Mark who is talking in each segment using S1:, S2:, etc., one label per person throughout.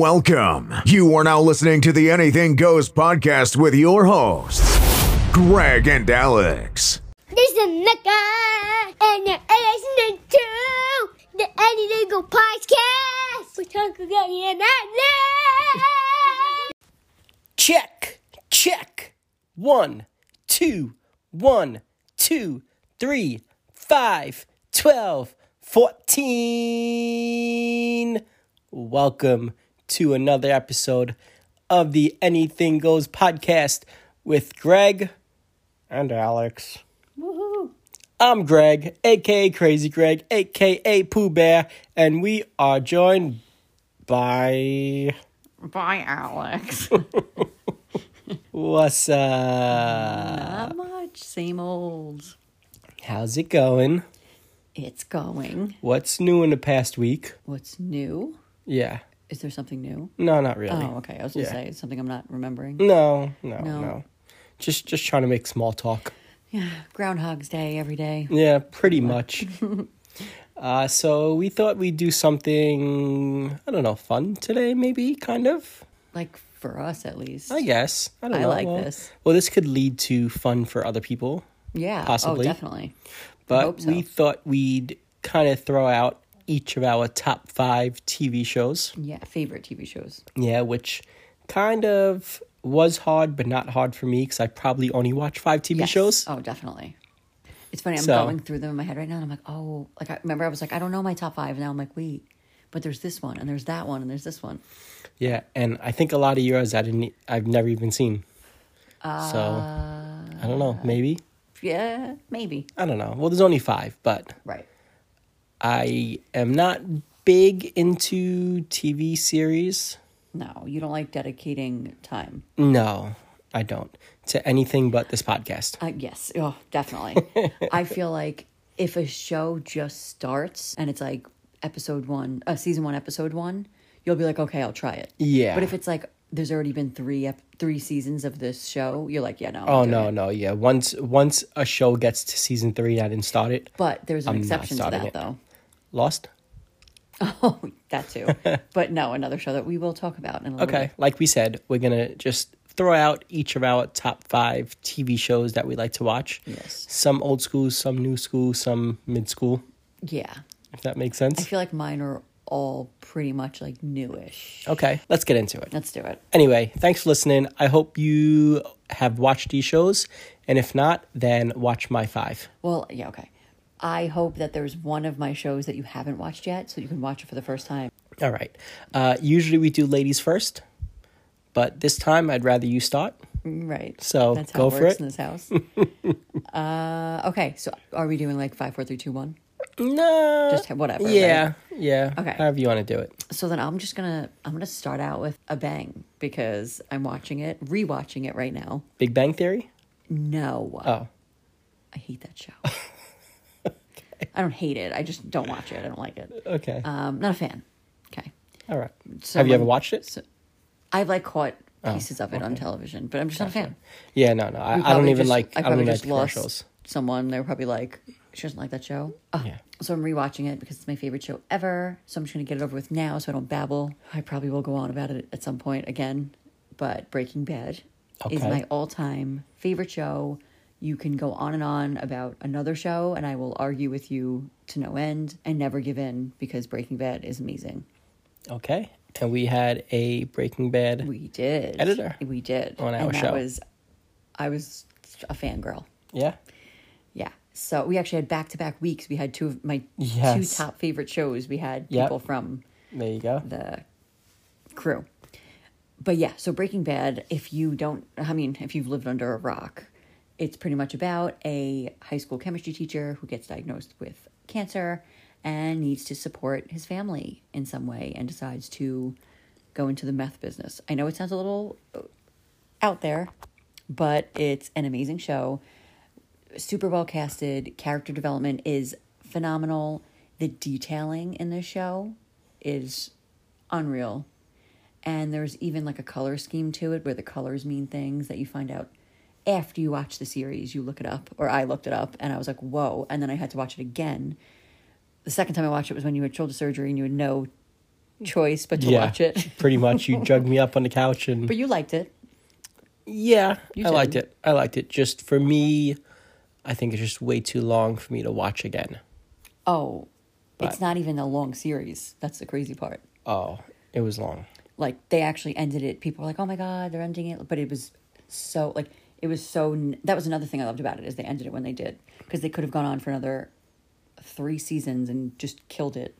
S1: Welcome. You are now listening to the Anything Goes podcast with your hosts, Greg and Alex.
S2: This is Mecca, and you're listening to the Any Legal Podcast with Uncle Gary and Alex.
S3: Check, check. One, two, one, two, three, five, twelve, fourteen. Welcome to another episode of the Anything Goes podcast with Greg and Alex. I'm Greg, aka Crazy Greg, aka Pooh Bear, and we are joined by.
S4: Bye, Alex.
S3: What's up?
S4: Not much. Same old.
S3: How's it going?
S4: It's going.
S3: What's new in the past week?
S4: What's new?
S3: Yeah.
S4: Is there something new?
S3: No, not really.
S4: Oh, okay. I was gonna
S3: Yeah. Mm.
S4: say it's something I'm not remembering.
S3: No, no, no,
S4: No.
S3: Just just trying to make small talk.
S4: Yeah, Groundhog's Day every day.
S3: Yeah, pretty much. uh, so we thought we'd do something I don't know, fun today maybe, kind of.
S4: Like for us, at least.
S3: I guess. I don't
S4: I
S3: know.
S4: like
S3: well,
S4: this.
S3: Well, this could lead to fun for other people.
S4: yeah.
S3: possibly.
S4: Oh, definitely.
S3: But
S4: hope so.
S3: we thought we'd kind of throw out each of our top 5 TV shows.
S4: Yeah. Favorite TV shows.
S3: Yeah, which kind of was hard, but not hard for me because I probably only watch five TV
S4: Yes.
S3: shows.
S4: Oh, definitely. It's funny. I'm
S3: So-
S4: going through them in my head right now, and I'm like, oh, like I remember I was like, I don't know my top five. Now I'm like, wait, but there's this one, and there's that one, and there's this one.
S3: Yeah, and I think a lot of yours I didn't, e, I've never even seen. so I don't
S4: Uh.
S3: know. Maybe
S4: Yeah, maybe.
S3: I don't know. Well, there's only five, but
S4: Right.
S3: I am not big into TV series.
S4: No, you don't like dedicating time.
S3: No, I don't to anything but this podcast.
S4: Uh, yes, oh, definitely. I feel like if a show just starts and it's like episode one, uh, season one, episode one, you'll be like, okay, I'll try it.
S3: Yeah.
S4: But if it's like there's already been three ep- three seasons of this show, you're like, yeah, no. I'm
S3: Oh
S4: doing
S3: no,
S4: it.
S3: no, yeah. Once once a show gets to season three, I didn't start it.
S4: But there's an
S3: I'm not
S4: exception to
S3: starting
S4: that,
S3: it.
S4: though.
S3: Lost.
S4: Oh, that too. but no, another show that we will talk about in a little
S3: Okay,
S4: bit.
S3: like we said, we're gonna just throw out each of our top five TV shows that we like to watch.
S4: Yes.
S3: Some old school, some new school, some mid school,
S4: Yeah.
S3: if that makes
S4: I
S3: sense.
S4: feel like mine are all pretty much like newish.
S3: Okay, let's get into it.
S4: Let's do it.
S3: Anyway, thanks for listening. I hope you have watched these shows, and if not, then watch my five.
S4: Well, yeah, okay. I hope that there's one of my shows that you haven't watched yet, so you can watch it for the first time.
S3: All right. Uh, usually we do ladies first, but this time I'd rather you start.
S4: Mm, Right.
S3: So,
S4: that's how
S3: go
S4: it
S3: for
S4: works
S3: it.
S4: in this house. uh, okay. So are we doing like five, four, three, two, one?
S3: No.
S4: Just whatever,
S3: Yeah. Yeah.
S4: Okay.
S3: However you want to do it.
S4: So then I'm just gonna I'm gonna start out with a bang because I'm watching it, rewatching it right now.
S3: Big Bang Theory.
S4: No,
S3: Oh.
S4: I hate that show. I don't hate it. I just don't watch it. I don't like it.
S3: Okay.
S4: Um, not a fan. Okay.
S3: All right.
S4: so
S3: Have you
S4: when-
S3: ever watched it?
S4: I've like caught
S3: Oh,
S4: pieces of it on television, but I'm just not a fan.
S3: yeah, no, no. I, I
S4: We
S3: don't
S4: probably
S3: even
S4: just-
S3: like. I, don't
S4: probably
S3: even like the
S4: lost
S3: commercials.
S4: Someone they're probably like, she doesn't like that show. Ugh.
S3: Yeah.
S4: So I'm rewatching it because it's my favorite show ever. So I'm just gonna get it over with now, so I don't babble. I probably will go on about it at some point again, but Breaking Bad is
S3: Okay.
S4: my all-time favorite show. You can go on and on about another show, and I will argue with you to no end and never give in because Breaking Bad is amazing.
S3: Okay, and we had a Breaking Bad.
S4: We did
S3: Editor.
S4: We did
S3: On our
S4: and that
S3: show.
S4: Was, I was a fangirl.
S3: yeah.
S4: Yeah. So we actually had back to back weeks. We had two of my
S3: Yes.
S4: two top favorite shows. We had
S3: Yep.
S4: people from
S3: There you go.
S4: the crew. But yeah, so Breaking Bad, if you don't, I mean, if you've lived under a rock, it's pretty much about a high school chemistry teacher who gets diagnosed with cancer and needs to support his family in some way and decides to go into the meth business. I know it sounds a little uh, out there, but it's an amazing show. Super well casted. Character development is phenomenal. The detailing in this show is unreal. And there's even like a color scheme to it where the colors mean things that you find out after you watch the series. You look it up, or I looked it up, and I was like, whoa. And then I had to watch it again. The second time I watched it was when you had shoulder surgery and you would know choice but to
S3: yeah,
S4: watch it.
S3: pretty much. You drugged me up on the couch and
S4: But you liked it.
S3: yeah, I
S4: did.
S3: liked it. I liked it. Just for me, I think it's just way too long for me to watch again.
S4: Oh, it's
S3: But-
S4: not even a long series. That's the crazy part.
S3: Oh, it was long.
S4: Like they actually ended it. People were like, "Oh my god, they're ending it," but it was so like it was so. n- That was another thing I loved about it is they ended it when they did because they could have gone on for another three seasons and just killed it.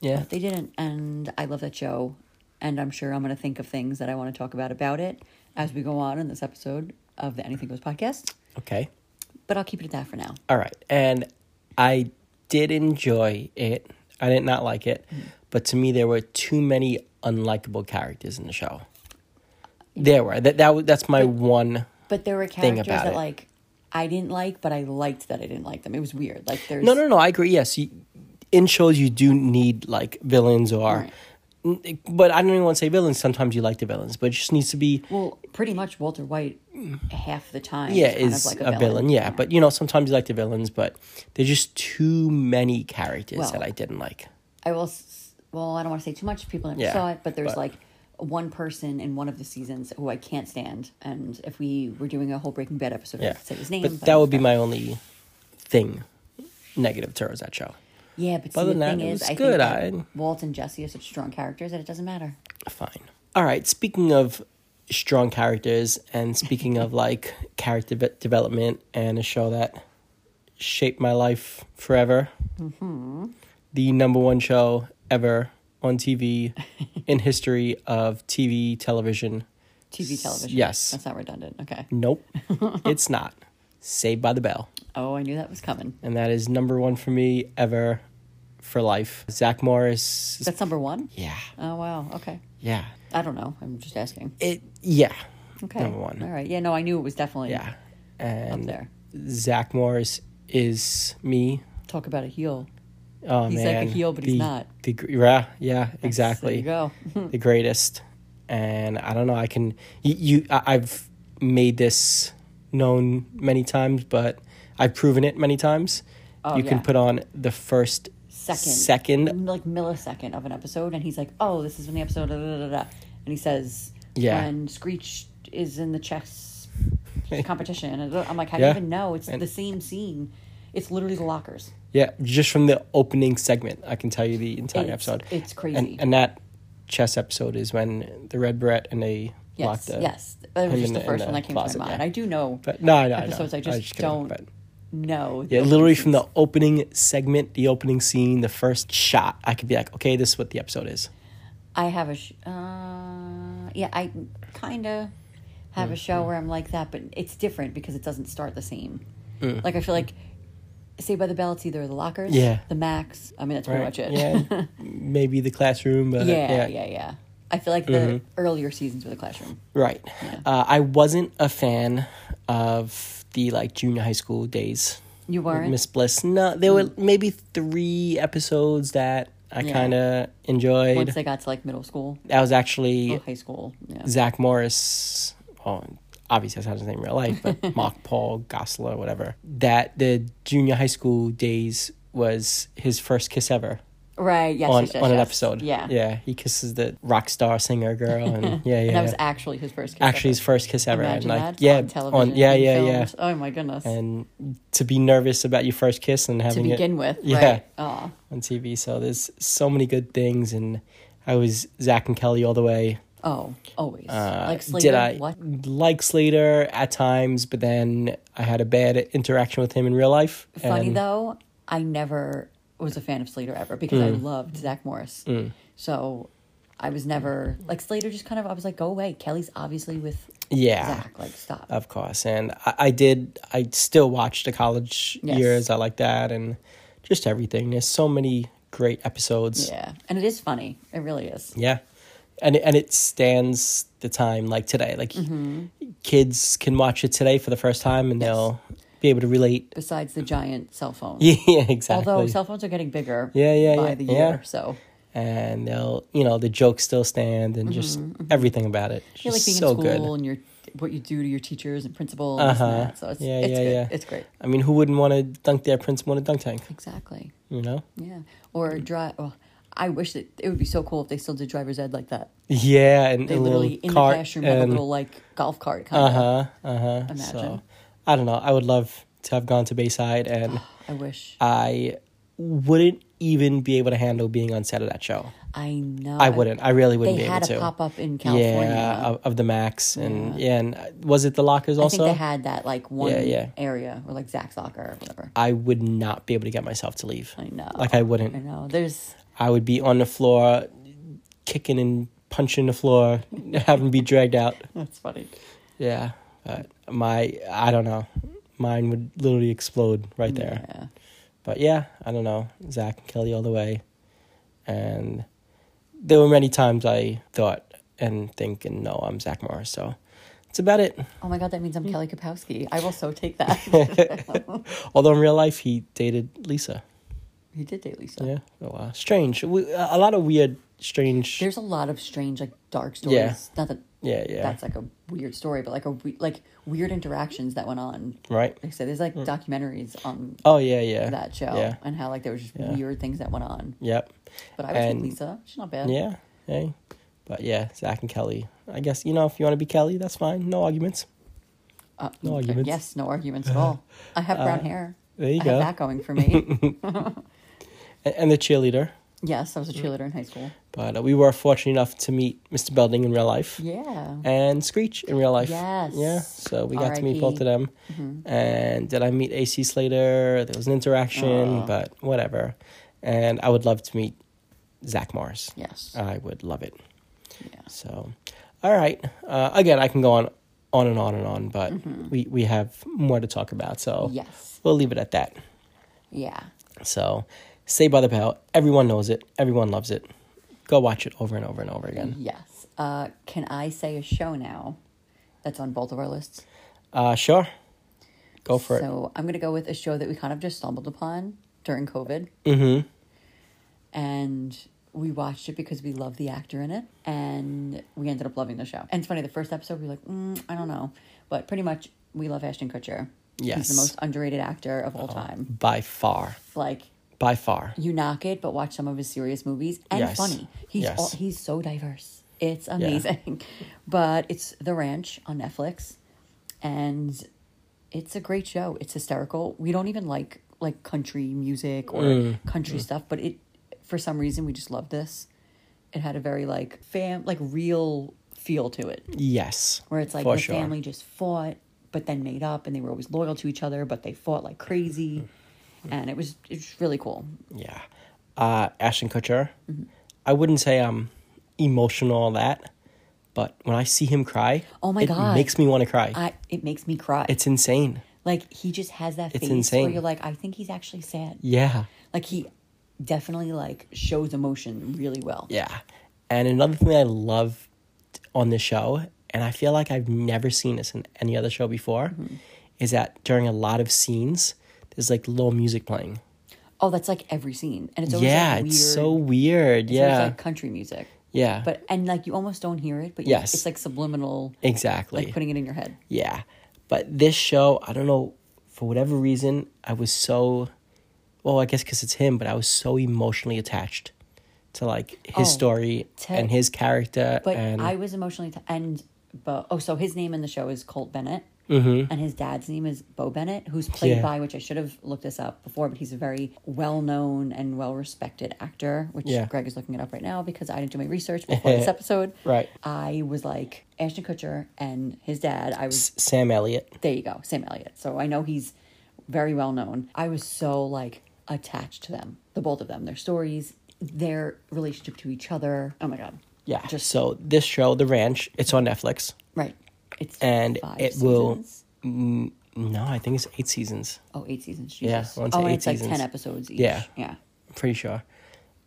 S3: Yeah,
S4: But they didn't, and I love that show. And I'm sure I'm going to think of things that I want to talk about about it as we go on in this episode of the Anything Goes podcast.
S3: okay.
S4: But I'll keep it at that for now.
S3: All right. And I did enjoy it. I did not like it.
S4: Hmm.
S3: But to me, there were too many unlikable characters in the show. There were. That, that was- That's my one.
S4: But there were characters
S3: about
S4: that
S3: it.
S4: like I didn't like, but I liked that I didn't like them. It was weird. Like there's
S3: No, no, no. I agree. Yes. You, in shows, you do need like villains or. But I don't even want to say villains. Sometimes you like the villains, but it just needs to be.
S4: Well, pretty much Walter White half the time.
S3: yeah,
S4: kind of
S3: is
S4: like
S3: a, villain. Yeah, but you know, sometimes you like the villains, but there's just too many characters
S4: Well,
S3: that I didn't like.
S4: I will. s- Well, I don't want to say too much. People never
S3: Yeah,
S4: saw it, but there's
S3: but-
S4: like one person in one of the seasons who I can't stand. And if we were doing a whole Breaking Bad episode,
S3: Yeah,
S4: I'd say his name.
S3: but that would be my only thing negative towards that show.
S4: yeah. But see,
S3: other than
S4: the
S3: that,
S4: thing
S3: it
S4: is,
S3: was
S4: I
S3: good.
S4: think that
S3: I-
S4: Walt and Jesse are such strong characters that it doesn't matter.
S3: Fine. All right. Speaking of strong characters and speaking of like character ve- development and a show that shaped my life forever,
S4: Mm-hmm.
S3: the number one show ever on TV in history of TV television.
S4: TV television.
S3: yes.
S4: that's not redundant. Okay.
S3: Nope, it's not. Saved by the Bell.
S4: Oh, I knew that was coming.
S3: And that is number one for me ever for life. Zach Morris.
S4: That's number one.
S3: yeah.
S4: Oh wow. Okay.
S3: Yeah.
S4: I don't know. I'm just asking.
S3: It, yeah.
S4: Okay.
S3: Number one.
S4: All right. Yeah. No, I knew it was definitely
S3: Yeah.
S4: up
S3: And
S4: there.
S3: Zach Morris is me.
S4: Talk about a heel.
S3: Oh
S4: He's like a
S3: man.
S4: heel, but
S3: the,
S4: he's not.
S3: The, gr- yeah, yeah,
S4: There
S3: exactly.
S4: you go.
S3: the greatest. And I don't know. I can you. you I, I've made this known many times, but I've proven it many times.
S4: Oh,
S3: you can
S4: yeah.
S3: put on the first
S4: Second.
S3: second
S4: like millisecond of an episode, and he's like, "Oh, this is when the episode." Da, da, da, da. And he says,
S3: Yeah.
S4: when Screech is in the chess competition." And I'm like, "How
S3: Yeah.
S4: do you even know? It's
S3: And-
S4: the same scene. It's literally the lockers."
S3: Yeah, just from the opening segment, I can tell you the entire
S4: It's-
S3: episode.
S4: it's crazy.
S3: And, and that chess episode is when the Red Beret and they
S4: Yes,
S3: locked the.
S4: yes. That
S3: him
S4: was just
S3: in
S4: the
S3: the-
S4: first
S3: in
S4: one
S3: the
S4: that came to
S3: closet,
S4: my mind.
S3: yeah.
S4: I do know
S3: But no, I know.
S4: episodes.
S3: I,
S4: I
S3: know.
S4: just,
S3: was kidding,
S4: don't
S3: but-
S4: know.
S3: yeah, literally from the opening segment, the opening scene, the first shot, I could be like, okay, this is what the episode is.
S4: I have a, sh- uh, yeah, I kind of have a show where I'm like that, but it's different because it doesn't start the same. Like I feel like Saved by the Bell, it's either the lockers,
S3: Yeah.
S4: the Max. I mean, that's pretty much it.
S3: Yeah, maybe the classroom, but
S4: yeah, yeah, yeah. I feel like the
S3: Mm-hmm.
S4: earlier seasons were the classroom.
S3: Right. Uh, I wasn't a fan of the like junior high school days.
S4: You weren't? Hmm.
S3: Miss Bliss. No, there were maybe three episodes that I
S4: Yeah.
S3: kind of enjoyed.
S4: Once they got to like middle school,
S3: that was actually
S4: or high school, yeah.
S3: Zach Morris. Oh, obviously that's not his name in real life, but Mark Paul Gosselaar, whatever. That the junior high school days was his first kiss ever
S4: right? Yes,
S3: on
S4: yes, yes,
S3: on an
S4: yes.
S3: episode.
S4: Yeah,
S3: yeah. He kisses the rock star singer girl, and yeah, yeah.
S4: And that was
S3: yeah.
S4: actually his first. Kiss
S3: actually his
S4: ever.
S3: first kiss ever.
S4: Imagine
S3: and like,
S4: that
S3: yeah,
S4: on television.
S3: on- yeah,
S4: being
S3: yeah, yeah.
S4: filmed. Oh my goodness.
S3: And to be nervous about your first kiss and
S4: to
S3: having
S4: begin
S3: it,
S4: with,
S3: yeah,
S4: right? Aw.
S3: on TV. So there's so many good things, and I was Zach and Kelly all the way.
S4: Oh, always.
S3: Uh,
S4: like Slater.
S3: did I
S4: What?
S3: like Slater at times? But then I had a bad interaction with him in real life.
S4: Funny
S3: and-
S4: though, I never was a fan of Slater ever because
S3: Mm.
S4: I loved Zach Morris. So I was never like Slater. Just kind of, I was like, go away. Kelly's obviously with
S3: Yeah. Uh,
S4: Zach. Like, stop.
S3: Of course, and I, I did. I still watched the college
S4: Yes.
S3: years. I like that, and just everything. There's so many great episodes.
S4: yeah, and it is funny. It really is.
S3: Yeah. And it, and it stands the time like today. Like
S4: Mm-hmm.
S3: kids can watch it today for the first time and they'll be able to relate.
S4: Besides the giant cell phone.
S3: yeah, exactly.
S4: Although cell phones are getting bigger.
S3: Yeah, yeah,
S4: By
S3: yeah,
S4: the
S3: yeah.
S4: year, so.
S3: and they'll, you know, the jokes still stand and just everything about it.
S4: I feel Mm-hmm, like
S3: Just
S4: being
S3: so
S4: in
S3: good. Uh-huh.
S4: school and your what you do to your teachers and principal and, this and that. So it's,
S3: Yeah,
S4: it's
S3: yeah,
S4: good.
S3: yeah.
S4: It's great.
S3: I mean, who wouldn't want to dunk their principal in a dunk tank,
S4: Exactly.
S3: you know?
S4: Yeah. Or drive. Well, I wish that it would be so cool if they still did driver's ed like that.
S3: Yeah, and
S4: They
S3: a little
S4: literally in the
S3: cart
S4: classroom with a
S3: and
S4: little like golf cart kind of.
S3: uh huh uh huh.
S4: Imagine.
S3: So I don't know. I would love to have gone to Bayside, and
S4: I wish.
S3: I wouldn't even be able to handle being on set of that show.
S4: I know.
S3: I wouldn't. I really wouldn't
S4: They
S3: be
S4: had
S3: able
S4: a
S3: to.
S4: pop up in California.
S3: Yeah, of, of the Max and yeah. and uh, was it the lockers
S4: I
S3: also?
S4: think they had that like one
S3: Yeah, yeah.
S4: area or like Zach's locker or whatever.
S3: I would not be able to get myself to leave.
S4: I know.
S3: Like I wouldn't.
S4: I know. There's
S3: I would be on the floor, kicking and punching the floor, having to be dragged out.
S4: that's funny.
S3: Yeah, but my I don't know. Mine would literally explode right there.
S4: Yeah.
S3: But yeah, I don't know. Zach and Kelly all the way, and there were many times I thought and think and no, I'm Zach Morris. So that's about it.
S4: Oh my god, that
S3: Hmm.
S4: means I'm Kelly Kapowski. I will so take that.
S3: Although in real life he dated Lisa.
S4: you did date Lisa.
S3: Yeah, so, uh, strange. We, a lot of weird, strange.
S4: There's a lot of strange, like dark stories.
S3: Yeah.
S4: Not that
S3: yeah, yeah.
S4: that's like a weird story, but like a we- like weird interactions that went on.
S3: right.
S4: Like I said, there's like documentaries on
S3: Oh yeah, Hmm. yeah.
S4: that show
S3: Yeah.
S4: and how like there was just weird things that went on.
S3: Yep.
S4: But I was
S3: And-
S4: with Lisa. She's not bad.
S3: Yeah. Hey. But yeah, Zach and Kelly. I guess you know if you want to be Kelly, that's fine. No arguments.
S4: Uh,
S3: No
S4: uh,
S3: arguments. Uh,
S4: Yes, no arguments at all. I have brown hair.
S3: there you
S4: I
S3: go.
S4: have that going for me.
S3: And, and the cheerleader.
S4: yes, I was a cheerleader in high school.
S3: But uh, we were fortunate enough to meet Mr. Belding in real life.
S4: Yeah.
S3: And Screech in real life.
S4: Yes.
S3: Yeah. So we got to meet
S4: R.I.P..
S3: both of them.
S4: Mm-hmm.
S3: And did I meet AC Slater? There was an interaction,
S4: Oh.
S3: but whatever. And I would love to meet Zach Morris.
S4: Yes.
S3: I would love it.
S4: Yeah.
S3: So, all right. Uh, again, I can go on, on and on and on, but we, we have more to talk about. So
S4: Mm-hmm. Yes.
S3: we'll leave it at that.
S4: Yeah.
S3: So, Saved by the Bell. Everyone knows it. Everyone loves it. Go watch it over and over and over again.
S4: Yes. Uh, can I say a show now that's on both of our lists?
S3: Uh, sure. Go for it.
S4: So I'm going to go with a show that we kind of just stumbled upon during COVID.
S3: Mm-hmm.
S4: And we watched it because we love the actor in it. And we ended up loving the show. And it's funny, the first episode, we were like, mm, I don't know. But pretty much, we love Ashton Kutcher.
S3: Yes. Uh-huh.
S4: He's the most underrated actor of all time.
S3: By far.
S4: Like,
S3: By far.
S4: you knock it, but watch some of his serious movies and
S3: Yes.
S4: funny. He's
S3: Yes.
S4: all, he's so diverse. It's amazing. but it's The Ranch on Netflix, and it's a great show. It's hysterical. We don't even like like country music or country
S3: Mm.
S4: stuff, but it for some reason we just love this. It had a very like fam like real feel to it
S3: Yes.
S4: where it's like
S3: For
S4: the
S3: sure.
S4: family just fought but then made up and they were always loyal to each other but they fought like crazy
S3: Mm.
S4: and it was it's really cool
S3: Yeah. Uh, Ashton Kutcher.
S4: Mm-hmm.
S3: I wouldn't say I'm emotional all that, but when I see him cry,
S4: Oh my
S3: it
S4: God.
S3: makes me want to cry.
S4: I it makes me cry.
S3: it's insane.
S4: like he just has that
S3: It's
S4: face
S3: insane.
S4: where you're like, I think he's actually sad.
S3: Yeah.
S4: Like he definitely like shows emotion really well.
S3: Yeah. And another thing I love on this show, and I feel like I've never seen this in any other show before,
S4: Mm-hmm.
S3: is that during a lot of scenes, there's like low music playing.
S4: Oh, that's like every scene, and it's always
S3: yeah,
S4: like weird.
S3: it's so weird.
S4: it's always,
S3: yeah.
S4: like country music,
S3: yeah.
S4: but and like you almost don't hear it, but you-
S3: Yes.
S4: it's like subliminal,
S3: exactly.
S4: like putting it in your head.
S3: yeah. But this show, I don't know, for whatever reason, I was so, well, I guess because it's him, but I was so emotionally attached to like his
S4: Oh,
S3: story
S4: Ted-
S3: and his character.
S4: But
S3: and
S4: I was emotionally t- and but oh, so his name in the show is Colt Bennett, and his dad's name is Bo Bennett, who's played
S3: Mm-hmm. Yeah.
S4: by which I should have looked this up before, but he's a very well known and well respected actor, which
S3: Yeah.
S4: Greg is looking it up right now because I didn't do my research before this episode.
S3: Right.
S4: I was like Ashton Kutcher and his dad. I was
S3: S- Sam Elliott.
S4: there. You go, Sam Elliott. So I know he's very well known. I was so like attached to them, the both of them, their stories, their relationship to each other. Oh my god.
S3: Yeah.
S4: Just-
S3: so this show, The Ranch, it's on Netflix,
S4: Right. It's
S3: and
S4: five
S3: it will.
S4: seasons?
S3: Mm, no, I think it's eight seasons.
S4: Oh, eight seasons.
S3: Yeah,
S4: Jesus.
S3: I wanna say
S4: oh, and
S3: eight
S4: it's like
S3: seasons.
S4: ten episodes each.
S3: Yeah.
S4: Yeah.
S3: I'm pretty sure.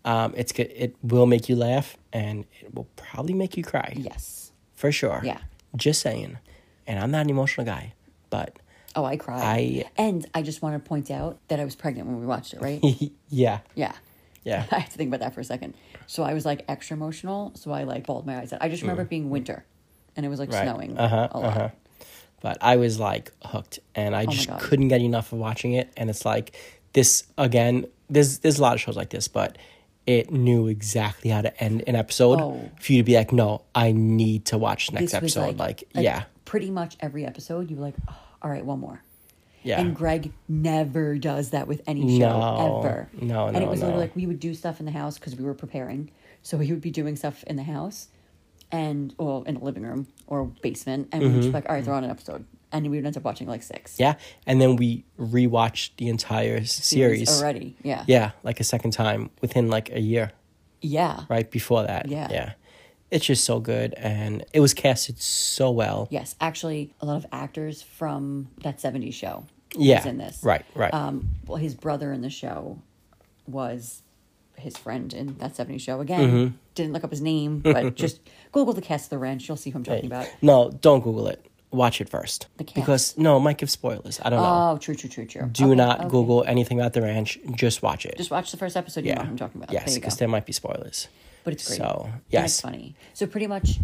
S3: Um, it's good. It will make you laugh, and it will probably make you cry.
S4: Yes.
S3: for sure.
S4: Yeah.
S3: just saying. And I'm not an emotional guy, but
S4: Oh, I cried.
S3: I-
S4: and I just want to point out that I was pregnant when we watched it, right?
S3: yeah,
S4: yeah.
S3: yeah,
S4: I had to think about that for a second. So I was like extra emotional. So I like bawled my eyes out. I just remember it being winter, and it was like
S3: Mm. Right.
S4: snowing
S3: Uh-huh,
S4: a lot.
S3: uh-huh. But I was like hooked, and I just
S4: Oh God.
S3: couldn't get enough of watching it. And it's like this again. There's there's a lot of shows like this, but it knew exactly how to end an episode
S4: Oh.
S3: for you to be like, no, I need to watch the next
S4: This was
S3: episode. Like,
S4: a-
S3: yeah,
S4: Pretty much every episode, you were like, "Oh, all right, one more.
S3: yeah,
S4: And Greg never does that with any show
S3: No.
S4: ever.
S3: No,
S4: And
S3: no,
S4: it was
S3: no.
S4: literally like we would do stuff in the house because we were preparing. So he would be doing stuff in the house and, well, in the living room or basement. And we would just be like, all right, they're on an episode. And we would end up watching like six
S3: Mm-hmm. yeah. And then we rewatched the entire s- series.
S4: already. Yeah.
S3: Yeah, like a second time within like a year.
S4: Yeah.
S3: right before that.
S4: Yeah.
S3: Yeah. It's just so good and it was casted so well.
S4: Yes. Actually, a lot of actors from that 70s show
S3: Yeah.
S4: was in this.
S3: Right, right.
S4: um, well, his brother in the show was his friend in that 70s show again.
S3: Mm-hmm.
S4: Didn't look up his name, but just Google the cast of the ranch. You'll see who I'm talking about.
S3: no, don't Google it. Watch it first.
S4: The cast.
S3: Because no, it might give spoilers. I don't know.
S4: Oh, true, true, true, true.
S3: Do
S4: Okay,
S3: not
S4: okay.
S3: Google anything about the ranch. Just watch it.
S4: Just watch the first episode. You know what I'm talking about.
S3: Yes,
S4: there you go.
S3: because there might be spoilers.
S4: but it's great.
S3: So
S4: And it's
S3: yes.
S4: funny. So pretty much,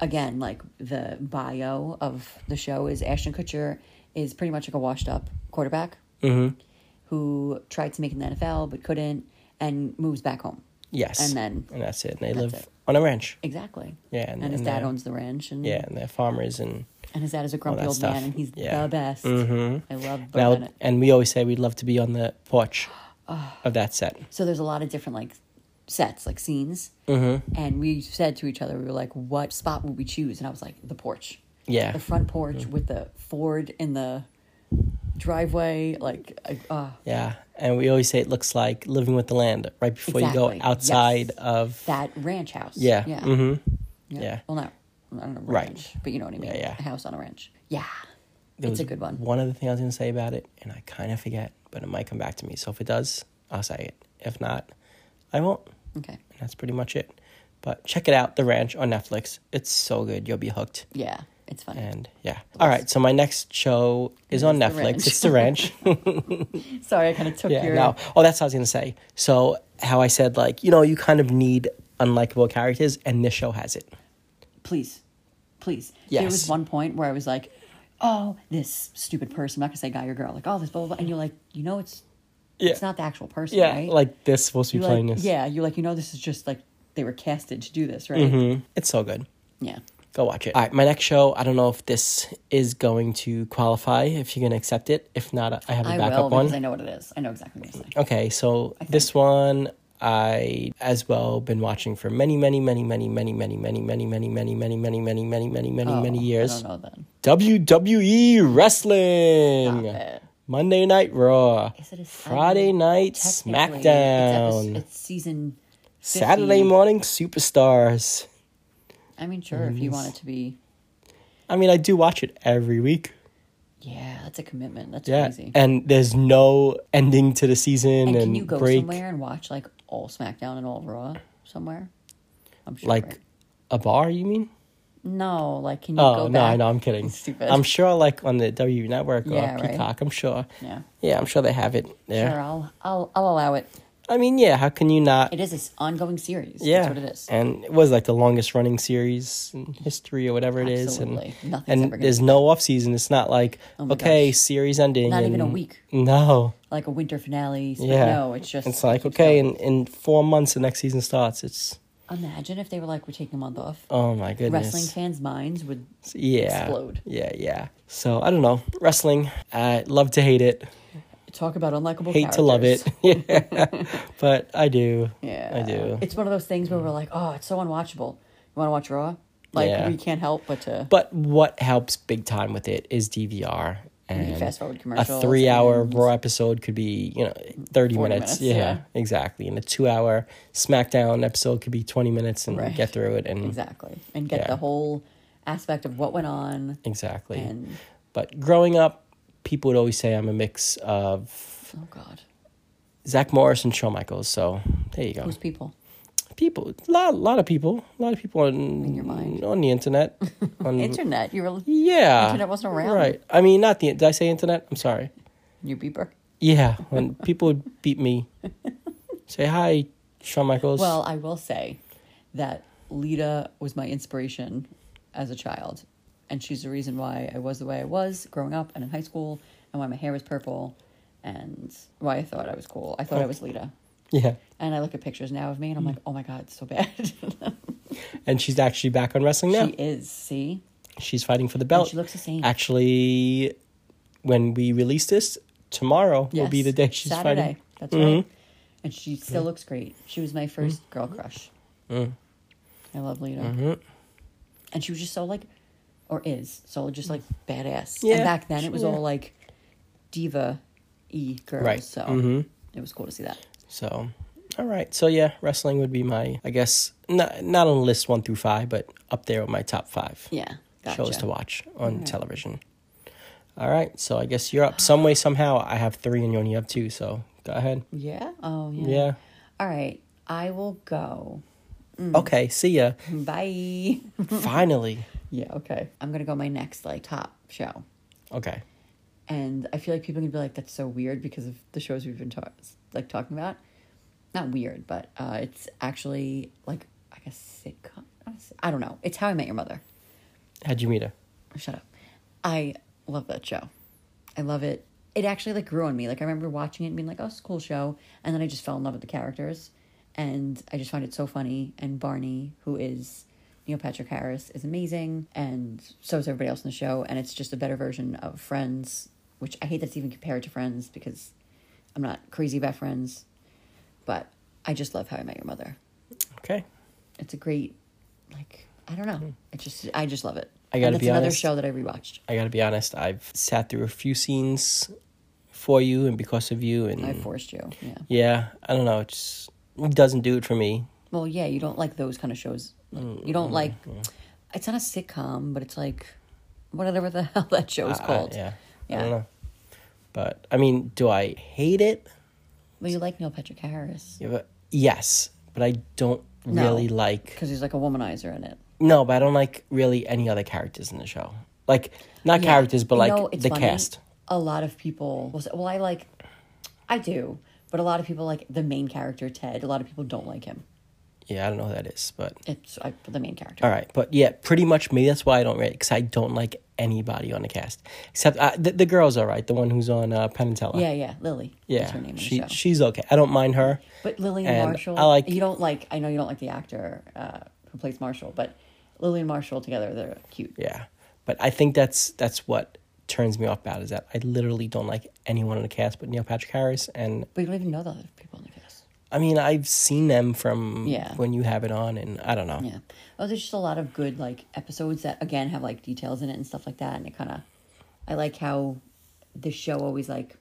S4: again, like the bio of the show is Ashton Kutcher is pretty much like a washed-up quarterback
S3: Mm-hmm.
S4: who tried to make it in the NFL but couldn't, and moves back home.
S3: Yes.
S4: And then-
S3: And that's it. And they live
S4: it. Mm-hmm.
S3: on a ranch.
S4: Exactly.
S3: Yeah,
S4: And,
S3: and-
S4: his
S3: and
S4: dad
S3: the-
S4: owns the ranch, and
S3: Yeah, and they're farmers and
S4: and his dad is a grumpy
S3: that
S4: old
S3: stuff.
S4: man, and he's
S3: Yeah.
S4: the best. Mm-hmm. I love the
S3: and, I would-
S4: minute.
S3: and we always say we'd love to be on the porch of that set.
S4: So there's a lot of different like sets, like scenes, mm-hmm. and we said to each other, we were like, "What spot would we choose?" And I was like, "The porch."
S3: Yeah. Mm-hmm.
S4: the front porch with the Ford in the driveway, like I- uh,
S3: Yeah, and we always say it looks like living with the land right before you
S4: Exactly,
S3: go outside
S4: yes.
S3: of.
S4: that ranch house.
S3: Yeah,
S4: yeah,
S3: mhm.
S4: yeah.
S3: yeah.
S4: Well, not I don't know
S3: Right.
S4: ranch, but you know what I mean.
S3: yeah.
S4: A house on a ranch. Yeah,
S3: There
S4: it's
S3: was
S4: a good one.
S3: One other thing I was going to say about it, and I kind of forget, but it might come back to me. So if it does, I'll say it. If not, I won't.
S4: Okay.
S3: And that's pretty much it. But check it out, The Ranch on Netflix. It's so good. You'll be hooked.
S4: Yeah, it's funny.
S3: And yeah. All right. So my next show is on
S4: It's The
S3: Netflix.
S4: Ranch.
S3: It's The Ranch.
S4: Sorry, I kind of took
S3: Yeah,
S4: your.
S3: no. Oh, that's what I was gonna say. So how I said like you know you kind of need unlikable characters, and this show has it.
S4: please, please. There
S3: Yes.
S4: was one point where I was like, "Oh, this stupid person." I'm not gonna say guy or girl. Like, "Oh, this blah blah,", blah. and you're like, "You know, it's
S3: Yeah.
S4: it's not the actual person,
S3: Yeah,
S4: right?"
S3: like this supposed to be
S4: you're
S3: playing
S4: like,
S3: this.
S4: yeah, you're like, you know, this is just like they were casted to do this, right?
S3: Hmm. it's so good.
S4: Yeah.
S3: Go watch it. All right, my next show. I don't know if this is going to qualify. If you're gonna accept it, if not, I have a
S4: I
S3: backup
S4: will
S3: one.
S4: because I know what it is. I know exactly what you're saying.
S3: Okay, so this one I as well been watching for many, many, many, many, many, many, many, many, many, many, many, many, many, many, many, many, many
S4: Oh, I
S3: years.
S4: don't know then.
S3: WWE wrestling.
S4: it.
S3: Monday Night Raw.
S4: Is it a
S3: Friday Night
S4: Technically, it's epi-
S3: SmackDown.
S4: It's, season. 50.
S3: Saturday morning superstars.
S4: I mean, sure, if you want it to be.
S3: I mean, I do watch it every week.
S4: Yeah, that's a commitment. That's
S3: Yeah,
S4: crazy.
S3: and there's no ending to the season and,
S4: and can you go
S3: break
S4: somewhere and watch like all SmackDown and all Raw somewhere? I'm sure.
S3: like
S4: right?
S3: a bar. You mean?
S4: no, like can you
S3: Oh
S4: go
S3: no,
S4: back?
S3: I know. I'm kidding.
S4: Stupid.
S3: I'm sure, like on the W Network or
S4: Yeah, right.
S3: Peacock. I'm sure.
S4: Yeah.
S3: Yeah, I'm sure they have it there.
S4: Sure, I'll, I'll I'll allow it.
S3: I mean, yeah. How can you not?
S4: It is this ongoing series.
S3: yeah,
S4: that's what it is.
S3: And it was like the longest running series in history or whatever it is.
S4: Absolutely.
S3: And
S4: Nothing's
S3: and
S4: ever gonna Oh
S3: there's no off season. It's not like
S4: my
S3: okay,
S4: gosh.
S3: series ending.
S4: Not even a
S3: and-
S4: week.
S3: No.
S4: like a winter finale. So
S3: Yeah.
S4: No, it's just
S3: It's like
S4: keeps
S3: okay,
S4: going.
S3: in, in four months the next season starts. It's
S4: imagine if they were like, we're taking a month off.
S3: oh my goodness.
S4: Wrestling fans' minds would
S3: yeah.
S4: explode.
S3: Yeah, yeah. So I don't know. Wrestling. I love to hate it.
S4: talk about unlikable.
S3: Hate to love it.
S4: characters.
S3: yeah. but I do.
S4: Yeah,
S3: I do.
S4: It's one of those things where we're like, oh, it's so unwatchable. You want to watch Raw? Like
S3: Yeah.
S4: we can't help but to.
S3: But what helps big time with it is DVR. And
S4: fast forward
S3: a
S4: commercials
S3: three hour
S4: and-
S3: raw episode could be, you know, 30
S4: 40
S3: minutes.
S4: minutes, yeah.
S3: exactly. And a two hour SmackDown episode could be 20 minutes and
S4: Right.
S3: get through it. And
S4: exactly and get
S3: Mm. Yeah.
S4: the whole aspect of what went on.
S3: Exactly.
S4: And-
S3: but growing up, people would always say I'm a mix of
S4: Oh God,
S3: Zach Morris and Shawn Michaels. So there you go.
S4: those people.
S3: people, a lot, lot of people, a lot of people on
S4: your mind.
S3: on the internet. on-
S4: Internet, you were
S3: yeah,
S4: Internet wasn't around.
S3: Right. I mean, not the. Did I say internet? I'm sorry.
S4: new beeper.
S3: Yeah, when people would beat me, say hi, Shawn Michaels.
S4: Well, I will say that Lita was my inspiration as a child. And she's the reason why I was the way I was growing up and in high school, and why my hair was purple, and why I thought I was cool. I thought I was Lita.
S3: Yeah.
S4: And I look at pictures now of me and I'm like, oh my God, it's so bad.
S3: And she's actually back on wrestling now.
S4: she is, see?
S3: she's fighting for the belt.
S4: she looks the same.
S3: Actually, when we release this, tomorrow will be
S4: Yes.
S3: the day she's
S4: Saturday.
S3: fighting. Mm-hmm.
S4: That's right. And she still looks great. She was my 1st girl crush.
S3: Mm.
S4: I love Lita.
S3: Mm-hmm.
S4: And she was just so like, or is so just like badass.
S3: Yeah,
S4: And back then it was
S3: sure.
S4: all like diva e girls.
S3: Right. Mm-hmm.
S4: So it was cool to see that.
S3: So, all right. So yeah, wrestling would be my, I guess, not not on list one through five, but up there with my top five.
S4: Yeah. Gotcha.
S3: shows to watch on television. All right. So I guess you're up some way somehow. I have three and you only have two. So go ahead.
S4: Yeah. Oh yeah.
S3: Yeah.
S4: All right. I will go. Mm-hmm.
S3: Okay. See ya.
S4: Bye.
S3: Finally.
S4: yeah. Okay. I'm gonna go my next like top show.
S3: Okay.
S4: and I feel like people can be like, "That's so weird" because of the shows we've been ta- like talking about. Not weird, but uh, it's actually like I guess sitcom. I don't know. It's How I Met Your Mother.
S3: How'd you meet her?
S4: Shut up. I love that show. I love it. It actually like grew on me. Like I remember watching it and being like, "Oh, it's a cool show," and then I just fell in love with the characters, and I just found it so funny. And Barney, who is Neil Patrick Harris, is amazing, and so is everybody else in the show. And it's just a better version of Friends, which I hate that's even compared to Friends because I'm not crazy about Friends, but I just love How I Met Your Mother.
S3: Okay.
S4: It's a great, like I don't know. It's just I just love it.
S3: Hmm. I gotta
S4: and it's
S3: be
S4: another
S3: honest.
S4: show that I rewatched.
S3: I gotta be honest. I've sat through a few scenes for you and because of you and
S4: I forced you. Yeah.
S3: yeah. I don't know. It just it doesn't do it for me.
S4: Well, yeah, you don't like those kind of shows. Like, you
S3: Mm-hmm.
S4: don't like. It's not a sitcom, but it's like whatever the hell that show is
S3: I- I-
S4: called.
S3: Uh, yeah. I
S4: Yeah.
S3: don't know. But I mean, do I hate it?
S4: Well, you like Neil Patrick Harris
S3: Yeah, but- Yes, but I don't
S4: No.
S3: really like
S4: because he's like a womanizer in it.
S3: No, but I don't like really any other characters in the show. Like not characters, but
S4: You
S3: like
S4: know, it's
S3: the
S4: funny,
S3: cast.
S4: A lot of people. Will say, well, I like. I do, but a lot of people like the main character Ted. A lot of people don't like him.
S3: Yeah, I don't know who that is, but
S4: It's I, the main character.
S3: all right. But yeah, pretty much maybe that's why I don't rate because I don't like anybody on the cast except uh, the, the girl's all right. The one who's on uh, Penn and Teller.
S4: Yeah, yeah, Lily.
S3: yeah.
S4: is her name in the
S3: she
S4: show.
S3: she's okay. I don't mind her.
S4: But Lillian
S3: And
S4: Marshall,
S3: I like-
S4: You don't like. I know you don't like the actor uh, who plays Marshall, but Lillian Marshall together, they're cute.
S3: Yeah, but I think that's that's what turns me off about is that I literally don't like anyone on the cast but Neil Patrick Harris and
S4: But you don't even know the other people in the cast.
S3: I mean, I've seen them from
S4: Yeah.
S3: when you have it on, and I don't know.
S4: Yeah. Oh, there's just a lot of good like episodes that again have like details in it and stuff like that, and it kind of. I like how the show always like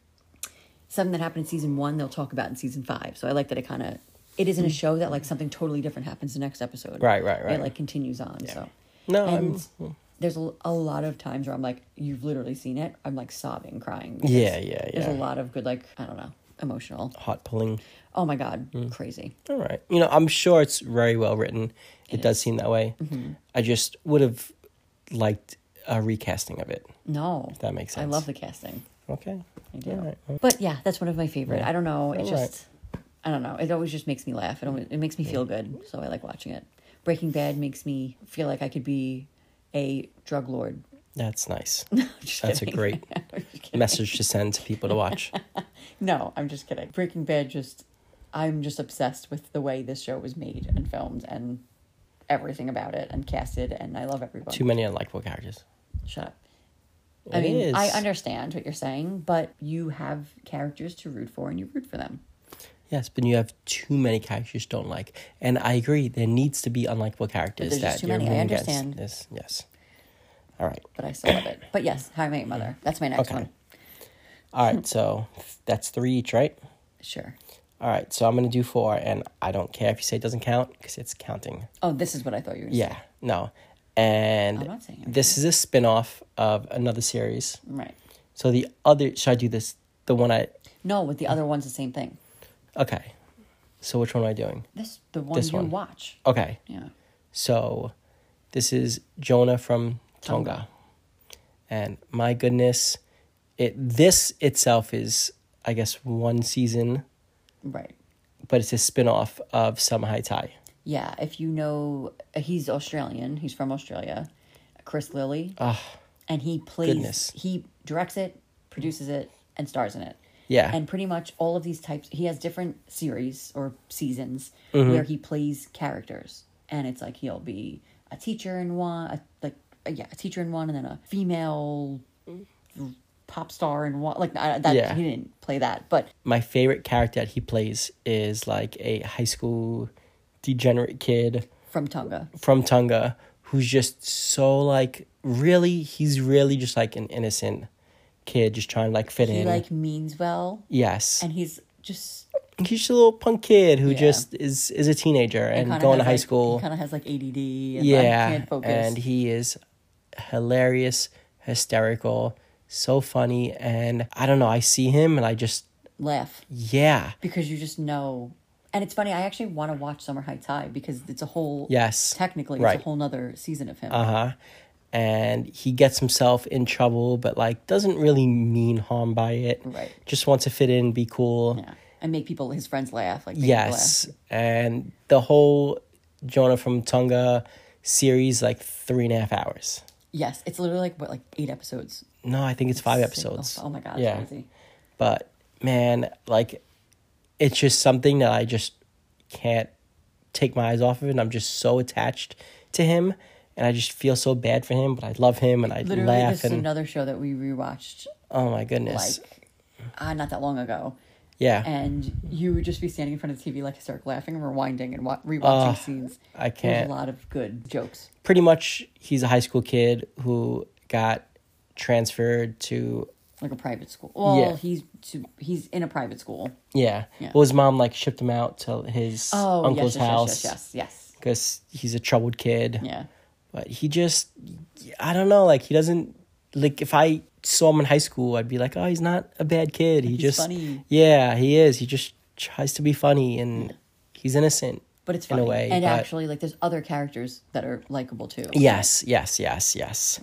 S4: something that happened in season one they'll talk about in season five. So I like that it kind of it isn't a show that like something totally different happens the next episode.
S3: Mm-hmm. Right, right,
S4: It
S3: right.
S4: like continues on. So
S3: No,
S4: and
S3: I'm-
S4: Um, there's a, a lot of times where I'm like, you've literally seen it. I'm like sobbing, crying.
S3: Yeah,
S4: because
S3: yeah,
S4: There's
S3: yeah.
S4: a lot of good like I don't know emotional.
S3: Hot pulling.
S4: Oh my god,
S3: Mm.
S4: crazy.
S3: All right. You know, I'm sure it's very well written. It, does seem that way.
S4: Mm-hmm.
S3: I just would have liked a recasting of it.
S4: No,
S3: that makes
S4: I
S3: sense.
S4: love the casting.
S3: Okay.
S4: I do.
S3: All right.
S4: But yeah, that's one of my favorite. I don't know. It
S3: All
S4: just, I don't know. It always just makes me laugh. It always, it makes me feel good, so I like watching it. Breaking Bad makes me feel like I could be a drug lord.
S3: That's nice.
S4: Just
S3: That's a
S4: kidding.
S3: great message to send to people to watch.
S4: No, I'm just kidding. Breaking Bad just, I'm just obsessed with the way this show was made and filmed and everything about it and casted, and I love everyone.
S3: Too many unlikable characters.
S4: Shut up. I
S3: It
S4: mean,
S3: is.
S4: I understand what you're saying, but you have characters to root for, and you root for them.
S3: Yes, but you have too many characters you don't like. And I agree, there needs to be unlikable characters
S4: there's just
S3: that
S4: too
S3: you're
S4: many. I
S3: rooting against.
S4: understand.
S3: Yes, yes. All right.
S4: but I still love it. But yes, How I Met Your Mother. That's my next
S3: Okay.
S4: one.
S3: All
S4: Hmm.
S3: right. So that's three each, right?
S4: Sure.
S3: All right, so I'm gonna do four, and I don't care if you say it doesn't count because it's counting.
S4: Oh, this is what I thought you were. gonna
S3: Yeah, no, and
S4: I'm not saying it.
S3: this is a spin-off of another series.
S4: say. Right.
S3: So the other, should I do this? The one I,
S4: No, with the other one's the same thing.
S3: okay. So which one am I doing?
S4: This the one
S3: This
S4: you
S3: one.
S4: watch.
S3: Okay,
S4: Yeah.
S3: so this is Jonah from Tonga, and my goodness, it this itself is I guess one season,
S4: Right.
S3: but it's a spin-off of Summer High Thai.
S4: Yeah. If you know, uh, he's Australian. He's from Australia. Chris Lilly. and he plays.
S3: Ah, goodness.
S4: He directs it, produces it, and stars in it.
S3: Yeah.
S4: And pretty much all of these types, he has different series or seasons
S3: Mm-hmm.
S4: where he plays characters, and it's like he'll be a teacher in one, a, like uh, yeah, a teacher in one, and then a female pop star in one. Like I, that,
S3: Yeah.
S4: he didn't play that, but
S3: my favorite character that he plays is like a high school degenerate kid
S4: from Tonga,
S3: from Tonga who's just so like really he's really just like an innocent kid just trying to like fit
S4: he
S3: in.
S4: like means well,
S3: yes.
S4: and he's just
S3: he's just a little punk kid who
S4: Yeah.
S3: just is is a teenager and,
S4: kinda
S3: going to
S4: has,
S3: high
S4: like-
S3: school.
S4: He kind of has like ADD. And yeah,
S3: yeah,
S4: can't focus.
S3: and he is hilarious, hysterical, so funny, and I don't know. I see him and I just
S4: laugh
S3: yeah,
S4: because you just know. And it's funny. I actually want to watch Summer High Tide because it's a whole
S3: Yes.
S4: Technically,
S3: Right.
S4: it's a whole nother season of him.
S3: uh huh. And he gets himself in trouble, but like doesn't really mean harm by it.
S4: Right.
S3: Just wants to fit in, be cool.
S4: yeah, and make people his friends laugh. Like make people
S3: Yes. And the whole Jonah from Tonga series, like three and a half hours.
S4: laugh. yes. It's literally like what like eight episodes.
S3: No, I think it's five
S4: Six-
S3: episodes.
S4: Oh, oh my god,
S3: Yeah.
S4: yeah. crazy.
S3: But man, like it's just something that I just can't take my eyes off of and I'm just so attached to him and I just feel so bad for him, but I love him and I
S4: Literally,
S3: laugh
S4: this
S3: and
S4: is another show that we rewatched
S3: oh my goodness.
S4: like uh, not that long ago.
S3: yeah.
S4: And you would just be standing in front of the TV, like hysteric laughing and rewinding and wa- rewatching scenes.
S3: I
S4: There's
S3: can't.
S4: a lot of good jokes.
S3: Pretty much he's a high school kid who got transferred to
S4: like a private school. Well,
S3: Yeah.
S4: he's to, he's in a private school.
S3: yeah.
S4: Yeah.
S3: Well his mom like shipped him out to his
S4: Oh,
S3: uncle's
S4: yes, yes,
S3: house.
S4: yes, yes, yes,
S3: Because he's a troubled kid.
S4: yes. Yeah.
S3: but he just i don't know like he doesn't like if i saw him in high school i'd be like oh he's not a bad kid he
S4: he's
S3: just
S4: funny.
S3: yeah he is he just tries to be funny and he's innocent
S4: But it's
S3: In a
S4: funny.
S3: way,
S4: and
S3: but-
S4: actually, like, there's other characters that are likable too.
S3: yes yes yes yes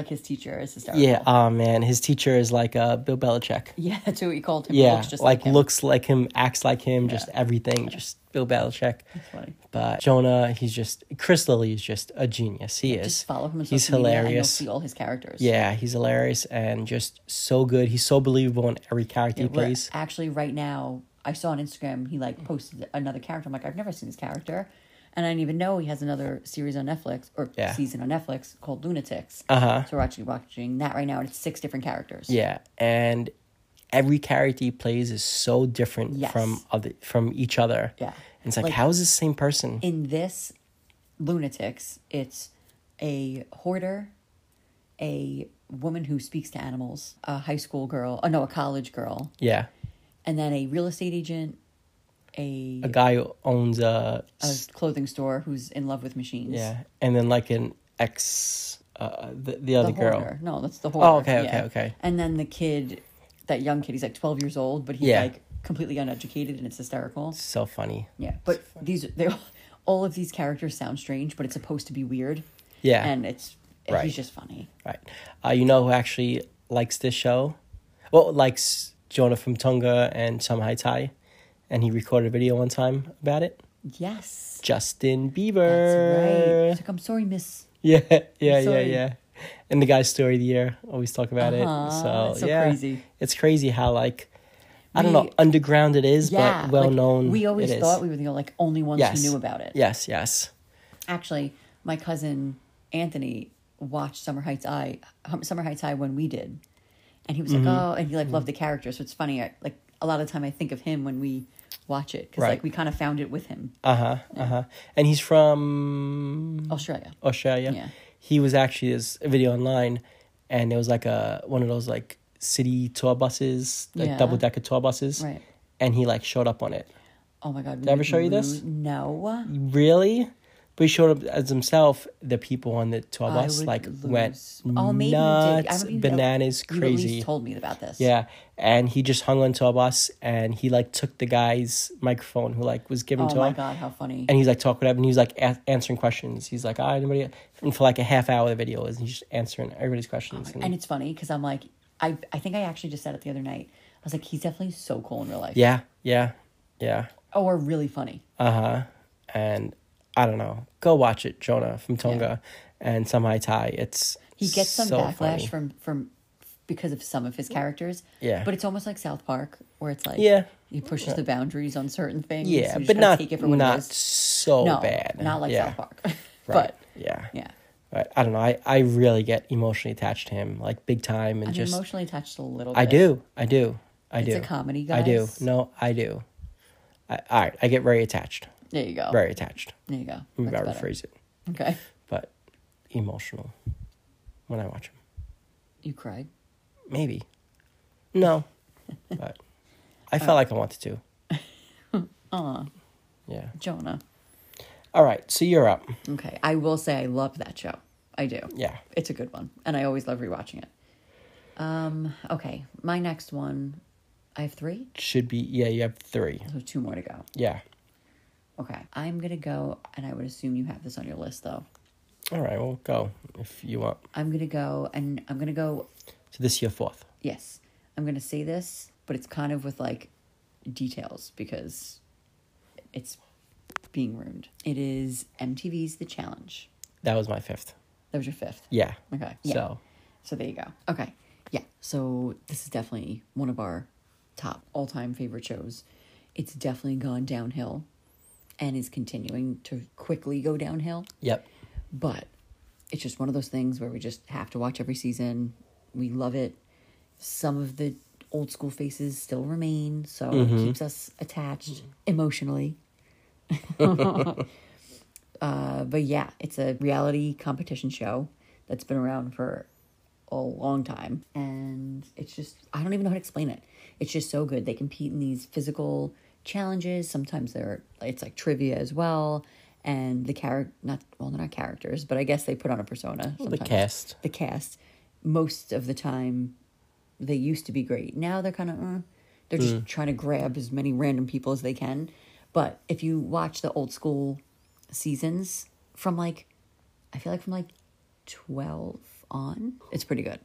S4: Like his teacher is hysterical.
S3: yeah oh man his teacher is like uh bill belichick
S4: Yeah, that's who he called him.
S3: yeah
S4: Looks just
S3: like,
S4: like, him.
S3: looks like him acts like him just everything just bill belichick
S4: funny.
S3: but jonah he's just chris lilly is just a genius he is
S4: Just follow him on
S3: he's
S4: social media and you'll
S3: hilarious
S4: see all his characters.
S3: Yeah, he's hilarious and just so good. He's so believable in every character he
S4: Where
S3: plays.
S4: Actually, right now, I saw on Instagram he like posted another character. I'm like, I've never seen this character, and I didn't even know he has another series on Netflix or
S3: Yeah. Uh-huh.
S4: season on Netflix called Lunatics. Uh huh. So we're actually watching that right now, and it's six different characters.
S3: Yeah, and every character he plays is so different
S4: Yes.
S3: from other from each other.
S4: Yeah.
S3: and it's like,
S4: Like-
S3: how is this the same person?
S4: in this lunatics it's a hoarder a woman who speaks to animals a high school girl oh no a college girl
S3: yeah,
S4: and then a real estate agent a,
S3: a guy who owns a
S4: a clothing store who's in love with machines
S3: yeah, and then like an ex, uh, the the
S4: the
S3: other girl. Oh,
S4: hoarder no that's the hoarder
S3: okay, okay, okay.
S4: and then the kid that young kid he's like 12 years old but he's
S3: Yeah.
S4: like completely uneducated and it's hysterical
S3: So funny.
S4: Yeah, but these they all, all of these characters sound strange, but it's supposed to be weird.
S3: Yeah.
S4: and it's
S3: Right.
S4: he's just funny.
S3: Right. Uh, you know who actually likes this show? Well, likes Jonah from Tonga and Some High Tai, and he recorded a video one time about it.
S4: Yes,
S3: Justin
S4: that's
S3: Bieber.
S4: right. He's like, I'm sorry, Miss.
S3: Yeah, yeah, yeah,
S4: Sorry.
S3: yeah. And the guy's story of the year always talk about
S4: Uh-huh,
S3: it. So,
S4: that's so
S3: yeah,
S4: crazy.
S3: it's crazy how like I don't know
S4: We-
S3: underground it is,
S4: Yeah,
S3: but well
S4: like,
S3: known.
S4: We always
S3: it is.
S4: thought we were the like only ones
S3: yes.
S4: who knew about it.
S3: Yes, yes.
S4: actually, my cousin Anthony watched Summer Heights Eye, hum- Summer Heights Eye when we did, and he was
S3: Mm-hmm.
S4: like, oh, and he like loved the character. So it's funny. I, like a lot of the time, I think of him when we watch it because
S3: Right.
S4: like we kind of found it with him.
S3: Uh huh. Uh huh. And he's from
S4: Australia.
S3: oh, Australia.
S4: Yeah.
S3: He was actually there's a video online, and it was like a one of those like city tour buses, like
S4: Yeah.
S3: double decker tour buses.
S4: Right.
S3: And he like showed up on it.
S4: Oh my god! Did
S3: I ever show you this?
S4: No.
S3: Really? But he showed up as himself. The people on the tour
S4: I
S3: bus
S4: would
S3: like
S4: lose-
S3: went
S4: Oh, maybe you did. I
S3: nuts,
S4: don't even know.
S3: bananas,
S4: You at least
S3: crazy.
S4: told me about this.
S3: Yeah, and he just hung on to a bus, and he like took the guy's microphone who like was given
S4: Oh
S3: to
S4: my
S3: him,
S4: god, how funny!
S3: and he's like talking up, and he was like a- answering questions. He's like, "Ah, anybody?" And for like a half hour, the video is he's just answering everybody's questions. and,
S4: Oh, And it's funny because I'm like, I I think I actually just said it the other night. I was like, he's definitely so cool in real life. Oh,
S3: yeah, yeah, yeah.
S4: Or really funny.
S3: And I don't know. Go watch it, Jonah from Tonga, and some high tie. It's
S4: He gets some
S3: so
S4: backlash
S3: funny.
S4: from from because of some of his characters.
S3: Yeah.
S4: But it's almost like South Park, where it's like
S3: Yeah.
S4: he pushes the boundaries on certain things.
S3: Yeah,
S4: so you just
S3: but
S4: gotta
S3: not
S4: take it for what it
S3: not
S4: is.
S3: so
S4: no,
S3: bad.
S4: Not like
S3: yeah.
S4: South Park.
S3: Right.
S4: But
S3: yeah.
S4: yeah.
S3: But I don't know. I, I really get emotionally attached to him, like big time, and
S4: I'm
S3: just
S4: emotionally attached a little bit.
S3: I do, I do, I
S4: It's
S3: do.
S4: a comedy,
S3: I do.
S4: guys.
S3: No, I do. I, all right, I get very attached,
S4: There you go.
S3: very attached.
S4: There you go.
S3: Maybe
S4: Oh. That's
S3: I
S4: better.
S3: rephrase it,
S4: Okay.
S3: but emotional when I watch him.
S4: You cried.
S3: Maybe, no, but I felt like I wanted to. Yeah.
S4: Jonah.
S3: All right, so you're up.
S4: Okay. I will say I love that show. I do.
S3: Yeah.
S4: It's a good one. And I always love rewatching it. Um, okay. My next one I have three.
S3: Should be yeah. You have three.
S4: So two more to go.
S3: Yeah.
S4: Okay. I'm gonna go and I would assume you have this on your list though.
S3: All right, well go if you want.
S4: I'm gonna go and I'm gonna go
S3: So this is your fourth.
S4: yes. I'm gonna say this, but it's kind of with like details because it's being ruined. It is MTV's The Challenge.
S3: That was my fifth.
S4: That was your fifth.
S3: Yeah.
S4: Okay. Yeah.
S3: So
S4: So there you go. Okay. Yeah. So this is definitely one of our top all time favorite shows. It's definitely gone downhill and is continuing to quickly go downhill.
S3: yep.
S4: But it's just one of those things where we just have to watch every season. We love it. Some of the old school faces still remain, so it keeps us attached emotionally. uh, but yeah, it's a reality competition show that's been around for a long time. And it's just, I don't even know how to explain it. It's just so good. They compete in these physical challenges. Sometimes they're, it's like trivia as well. And the character, not, well, they're not characters, but I guess they put on a persona.
S3: The
S4: sometimes
S3: cast.
S4: the cast most of the time they used to be great now they're kind of uh, they're just
S3: Mm.
S4: trying to grab as many random people as they can but if you watch the old school seasons from like i feel like from like 12 on it's pretty good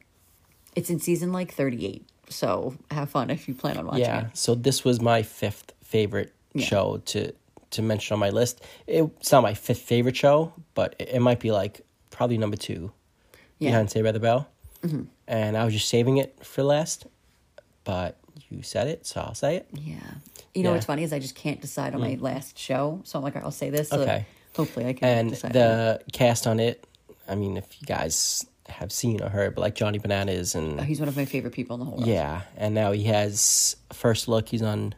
S4: it's in season like 38 so have fun if you plan on watching
S3: Yeah.
S4: it
S3: So this was my fifth favorite show to to mention on my list. It's not my fifth favorite show, but it, it might be like probably number two
S4: Yeah. Mm-hmm.
S3: behind Saved by the Bell. And I was just saving it for last, but you said it, so I'll say it.
S4: yeah you
S3: Yeah.
S4: know
S3: Mm.
S4: what's funny is i just can't decide on my last show so i'm like i'll say this so that
S3: Okay.
S4: hopefully i can
S3: and
S4: decide
S3: the cast on it. I mean, if you guys have seen or heard, but like Johnny Bananas and
S4: Oh, he's one of my favorite people in the whole world
S3: Yeah, and now he has first look. He's on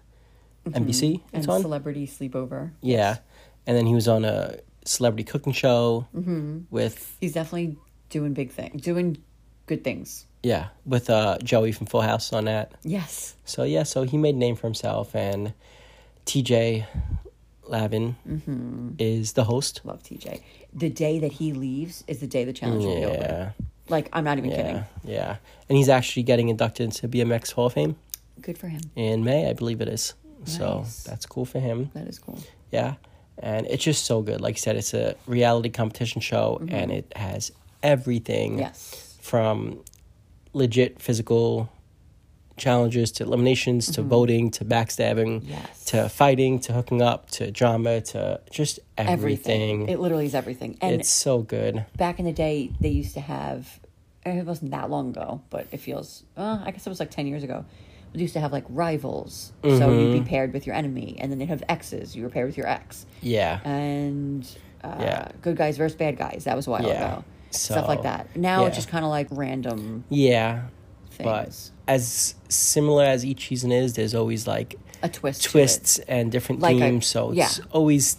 S3: NBC.
S4: Mm-hmm. and
S3: It's on.
S4: celebrity sleepover.
S3: yeah, and then he was on a celebrity cooking show
S4: Mm-hmm.
S3: with
S4: He's definitely doing big things, doing good things.
S3: yeah with uh, Joey from Full House on that.
S4: Yes,
S3: So yeah, so he made a name for himself, and T.J. Lavin
S4: Mm-hmm.
S3: is the host.
S4: love TJ. The day that he leaves is the day the challenge will be over.
S3: Yeah,
S4: Like I'm not even
S3: yeah,
S4: kidding.
S3: yeah, and he's actually getting inducted into BMX Hall of Fame
S4: Good for him.
S3: in May, I believe it is. So that's cool for him.
S4: That is cool.
S3: Yeah. And it's just so good. Like I said, it's a reality competition show and it has everything
S4: Mm-hmm. Yes.
S3: from legit physical challenges to eliminations to voting to backstabbing
S4: Mm-hmm. Yes.
S3: to fighting to hooking up to drama to just everything.
S4: Everything. It literally is everything. And
S3: it's so good.
S4: back in the day, they used to have. It wasn't that long ago, but it feels. Uh, I guess it was like ten years ago. They used to have like rivals, so
S3: Mm-hmm.
S4: you'd be paired with your enemy, and then they'd have exes. You were paired with your ex.
S3: Yeah.
S4: and uh,
S3: Yeah.
S4: good guys versus bad guys. That was a while
S3: Yeah.
S4: ago. Stuff
S3: So,
S4: like that. Now
S3: yeah.
S4: it's just kind of like random
S3: yeah.
S4: things.
S3: But as similar as each season is, there's always like
S4: a twist. to it.
S3: twists and different
S4: Like a-
S3: themes. so it's
S4: yeah.
S3: always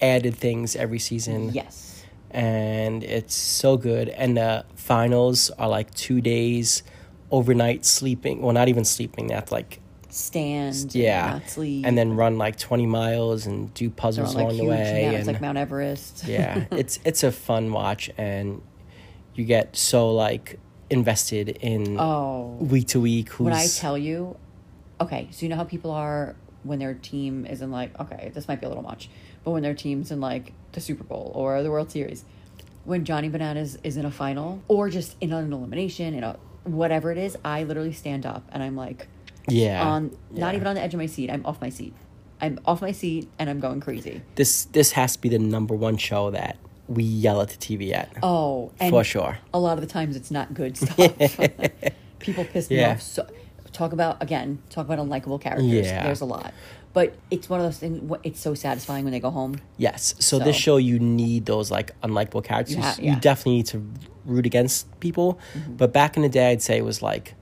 S3: added things every season.
S4: Yes.
S3: and it's so good. And the finals are like two days overnight sleeping. Well, not even sleeping. They have to like
S4: Stand.
S3: yeah,
S4: Not sleep.
S3: and then run like twenty miles and do
S4: They're
S3: puzzles
S4: on, like,
S3: along the
S4: huge
S3: way. And
S4: mountains, like Mount Everest.
S3: yeah, it's it's a fun watch, and you get so like invested in
S4: Oh.
S3: week to week. Who's
S4: When I tell you, okay, so you know how people are when their team is in like, okay, this might be a little much, but when their team's in like the Super Bowl or the World Series, when Johnny Bananas is in a final or just in an elimination, in a whatever it is, I literally stand up and I'm like,
S3: yeah
S4: on not
S3: yeah.
S4: even on the edge of my seat. I'm off my seat. I'm off my seat and I'm going crazy.
S3: this this has to be the number one show that we yell at the TV at
S4: Oh, and
S3: for sure.
S4: A lot of the times it's not good stuff. people pissed me
S3: Yeah.
S4: off. So talk about again, talk about unlikable characters.
S3: Yeah.
S4: There's a lot. But it's one of those things. wh- It's so satisfying when they go home.
S3: Yes. So, this
S4: So-
S3: show, you need those like unlikable characters.
S4: You ha-
S3: You
S4: yeah. Mm-hmm.
S3: definitely need to root against people. But back in the day, I'd say it was like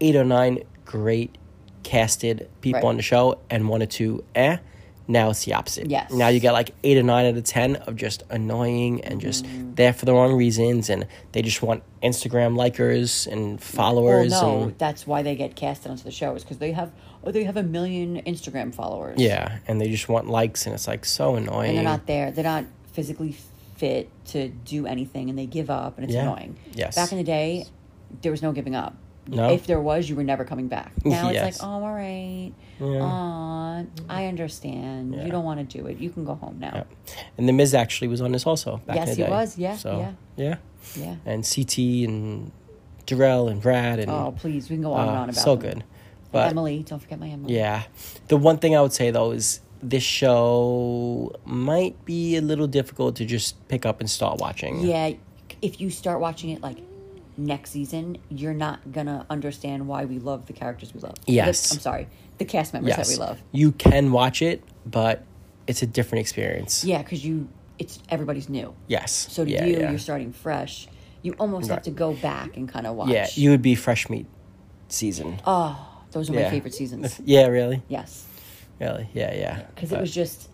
S3: eight or nine great casted people
S4: Right.
S3: on the show and one or two eh. Now it's the opposite.
S4: Yes.
S3: Now you get like eight or nine out of ten of just annoying and just
S4: Mm.
S3: there for the wrong reasons, and they just want Instagram likers and
S4: Well,
S3: followers.
S4: no,
S3: and,
S4: that's why they get casted onto the show is because they have oh they have a million Instagram followers.
S3: yeah, and they just want likes, and it's like so annoying.
S4: and they're not there. They're not physically fit to do anything, and they give up, and it's
S3: Yeah.
S4: annoying.
S3: Yes.
S4: Back in the day, there was no giving up.
S3: No.
S4: If there was, you were never coming back. Now
S3: Yes.
S4: it's like, oh, all right,
S3: Yeah.
S4: Aw, I understand.
S3: Yeah.
S4: You don't want to do it. You can go home now.
S3: And the Miz actually was on this also. Back
S4: Yes,
S3: in the
S4: he
S3: day.
S4: was. Yeah,
S3: So, yeah.
S4: Yeah.
S3: and CT and Darrell and Brad and
S4: Oh, please, we can go on and
S3: uh,
S4: on about
S3: so
S4: them.
S3: good. But
S4: Emily, don't forget my Emily.
S3: yeah, the one thing I would say though is this show might be a little difficult to just pick up and start watching.
S4: Yeah, if you start watching it like next season, you're not gonna understand why we love the characters we love. The-
S3: Yes.
S4: I'm sorry, the cast members
S3: yes,
S4: that we love.
S3: You can watch it, but it's a different experience.
S4: Yeah, because you, it's everybody's new.
S3: Yes.
S4: So to
S3: yeah,
S4: you,
S3: yeah.
S4: you're starting fresh. You almost have
S3: Right.
S4: to go back and kind of watch.
S3: yeah, you would be fresh meat season. Oh,
S4: Those are my favorite seasons.
S3: Yeah, really,
S4: yes,
S3: really, yeah, yeah.
S4: because
S3: But-
S4: it was just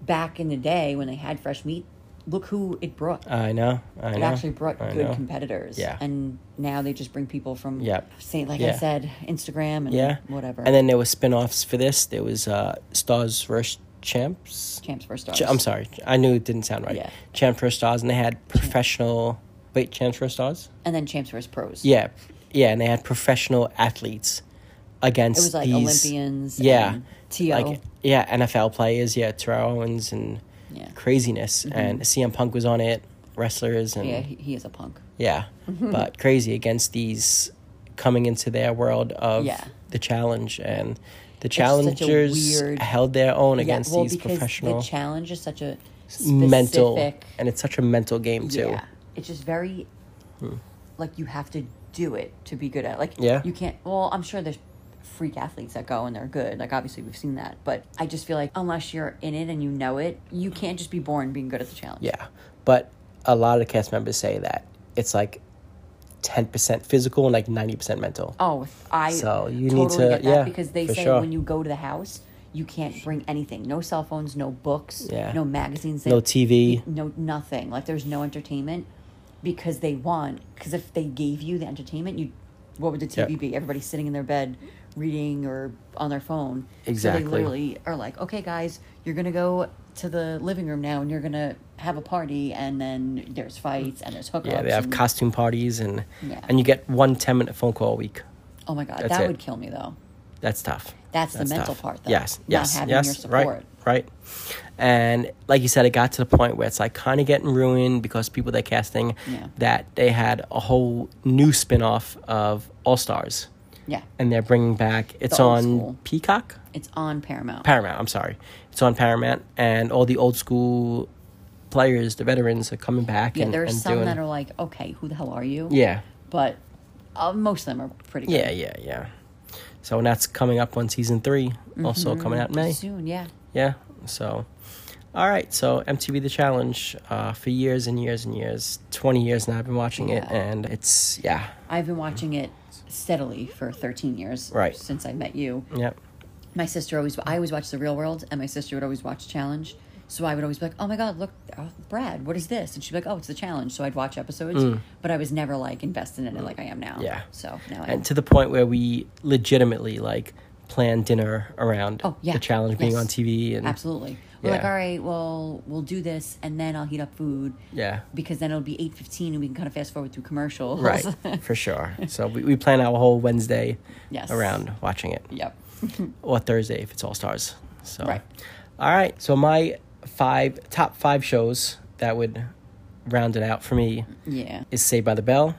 S4: back in the day when they had fresh meat. Look who it brought.
S3: I know. I
S4: it
S3: know.
S4: actually brought
S3: I
S4: good
S3: know.
S4: competitors.
S3: Yeah.
S4: And now they just bring people from,
S3: Yep.
S4: say, like
S3: Yeah.
S4: I said, Instagram and
S3: Yeah.
S4: whatever.
S3: And then there were spin-offs for this. There was uh, Stars vs. Champs.
S4: Champs for Stars.
S3: Ch- I'm sorry. I knew it didn't sound right.
S4: Yeah.
S3: Champs vs. Stars, and they had professional. Wait, Champs vs. Stars?
S4: And then Champs vs. Pros.
S3: Yeah, yeah, and they had professional athletes against.
S4: It was like
S3: these-
S4: Olympians
S3: Yeah.
S4: and TO.
S3: Like yeah, NFL players. Yeah, Terrell Owens and
S4: Yeah. Mm-hmm.
S3: craziness, and CM Punk was on it. Wrestlers and
S4: Yeah, he, he is a punk.
S3: Yeah.
S4: Mm-hmm.
S3: But crazy against these coming into their world of
S4: Yeah.
S3: the challenge and the
S4: such a
S3: challengers
S4: weird-
S3: held their own
S4: Yeah,
S3: against
S4: well,
S3: these
S4: because
S3: professional
S4: the challenge is such a specific,
S3: mental and it's such a mental game too.
S4: Yeah, it's just very like you have to do it to be good at. it. Like
S3: Hmm. Yeah.
S4: you can't. Well, I'm sure there's freak athletes that go and they're good. Like obviously we've seen that, but I just feel like unless you're in it and you know it, you can't just be born being good at the challenge.
S3: Yeah. But a lot of the cast members say that it's like 10% physical and like 90% mental.
S4: Oh, I
S3: So you need
S4: totally
S3: to-
S4: get that
S3: yeah,
S4: because they
S3: for
S4: say
S3: sure.
S4: when you go to the house, you can't bring anything. No cell phones, no books,
S3: Yeah.
S4: no magazines,
S3: No TV.
S4: no nothing. Like there's no entertainment because they want. Because if they gave you the entertainment, you what would the TV
S3: Yep.
S4: be? Everybody's sitting in their bed reading or on their phone.
S3: Exactly.
S4: So they literally are like, okay, guys, you're gonna go to the living room now, and you're gonna have a party, and then there's fights and there's hookups.
S3: Yeah, they have
S4: and-
S3: costume parties and
S4: Yeah.
S3: and you get one 10 minute phone call a week.
S4: Oh my god,
S3: That's
S4: that
S3: it.
S4: would kill me though.
S3: That's tough.
S4: That's the mental
S3: tough.
S4: part, though.
S3: Yes,
S4: Not
S3: yes,
S4: having
S3: yes.
S4: your support.
S3: Right, right. And like you said, it got to the point where it's like kind of getting ruined because people they're casting
S4: Yeah.
S3: that they had a whole new spin off of All Stars,
S4: Yeah,
S3: and they're bringing back. It's
S4: old
S3: on
S4: school.
S3: Peacock,
S4: it's on Paramount.
S3: Paramount. I'm sorry, it's on Paramount, and all the old school players, the veterans, are coming back.
S4: Yeah,
S3: and,
S4: there are
S3: and
S4: some
S3: doing,
S4: that are like, okay, who the hell are you?
S3: Yeah,
S4: But uh, most of them are pretty good.
S3: yeah, yeah, yeah. So and that's coming up on season 3 also coming out in May.
S4: Soon, yeah.
S3: Yeah. So, all right. So MTV The Challenge uh, for years and years and years, twenty years now. I've been watching it,
S4: Yeah.
S3: and it's yeah,
S4: I've been watching it steadily for 13 years.
S3: Right.
S4: Since I met you.
S3: yep,
S4: My sister always, I always watched The Real World, and my sister would always watch Challenge. So I would always be like, oh my God, look, oh, Brad, what is this? And she'd be like, oh, it's The Challenge. So I'd watch episodes, but I was never like invested in it like I am now.
S3: Mm. Yeah.
S4: So now I am.
S3: and to the point where we legitimately like plan dinner around
S4: Oh, yeah.
S3: the challenge being
S4: Yes.
S3: on TV and
S4: Absolutely. We're like,
S3: Yeah.
S4: all right, well, we'll do this, and then I'll heat up food.
S3: Yeah.
S4: Because then it'll be eight fifteen, and we can kind of fast forward through commercials.
S3: right for sure. So we, we plan our whole Wednesday
S4: Yes.
S3: around watching it,
S4: yep.
S3: or Thursday if it's All Stars. So
S4: Right.
S3: all right. So my five top five shows that would round it out for me.
S4: Yeah.
S3: is Saved by the Bell,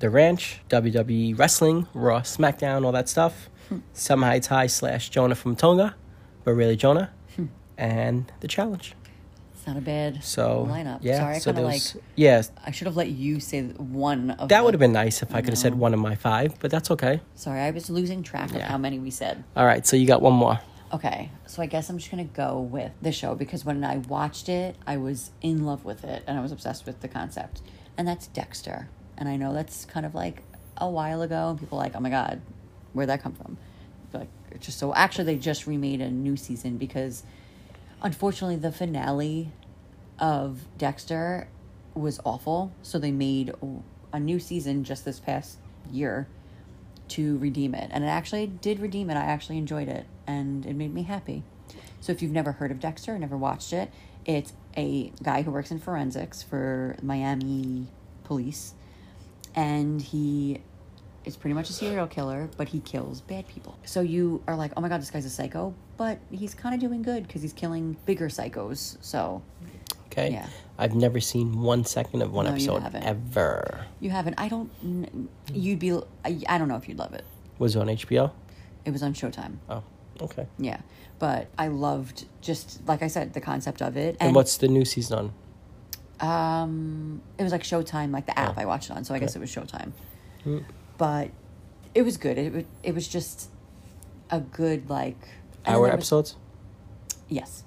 S3: The Ranch, WWE Wrestling, Raw, SmackDown, all that stuff.
S4: Hmm.
S3: Semi
S4: Hmm.
S3: Tai slash Jonah from Tonga, but really Jonah, and The Challenge.
S4: It's not a bad
S3: So
S4: lineup.
S3: Yeah,
S4: Sorry, I
S3: so
S4: kind of like.
S3: there's- yeah,
S4: I should have let you say one of.
S3: that
S4: the-
S3: would have been nice if I could have said one of my five, but that's okay.
S4: Sorry, I was losing track of
S3: Yeah.
S4: how many we said.
S3: All right, so you got one more.
S4: Okay, so I guess I'm just gonna go with the show because when I watched it, I was in love with it and I was obsessed with the concept, and that's Dexter. And I know that's kind of like a while ago, and people are like, oh my god, where'd that come from? But like, it's just so actually, they just remade a new season because unfortunately, the finale of Dexter was awful, so they made a new season just this past year to redeem it. And it actually did redeem it. I actually enjoyed it and it made me happy. So if you've never heard of Dexter, never watched it, it's a guy who works in forensics for Miami police and he is pretty much a serial killer, but he kills bad people. So you are like, "Oh my god, this guy's a psycho." But he's kind of doing good because he's killing bigger psychos. So
S3: Okay.
S4: Yeah.
S3: I've never seen one second of one
S4: No, you
S3: episode
S4: haven't.
S3: ever.
S4: you haven't. I don't. kn- You'd be. I, I don't know if you'd love it.
S3: Was it on HBO?
S4: It was on Showtime.
S3: Oh, okay.
S4: Yeah, but I loved just like I said the concept of it,
S3: And, what's the new season on?
S4: it was like Showtime, like the
S3: Oh,
S4: app I watched it on. So I guess it was Showtime,
S3: Mm.
S4: but it was good. It wa- it was just a good like and then
S3: Hour
S4: there was-
S3: episodes?
S4: Yes,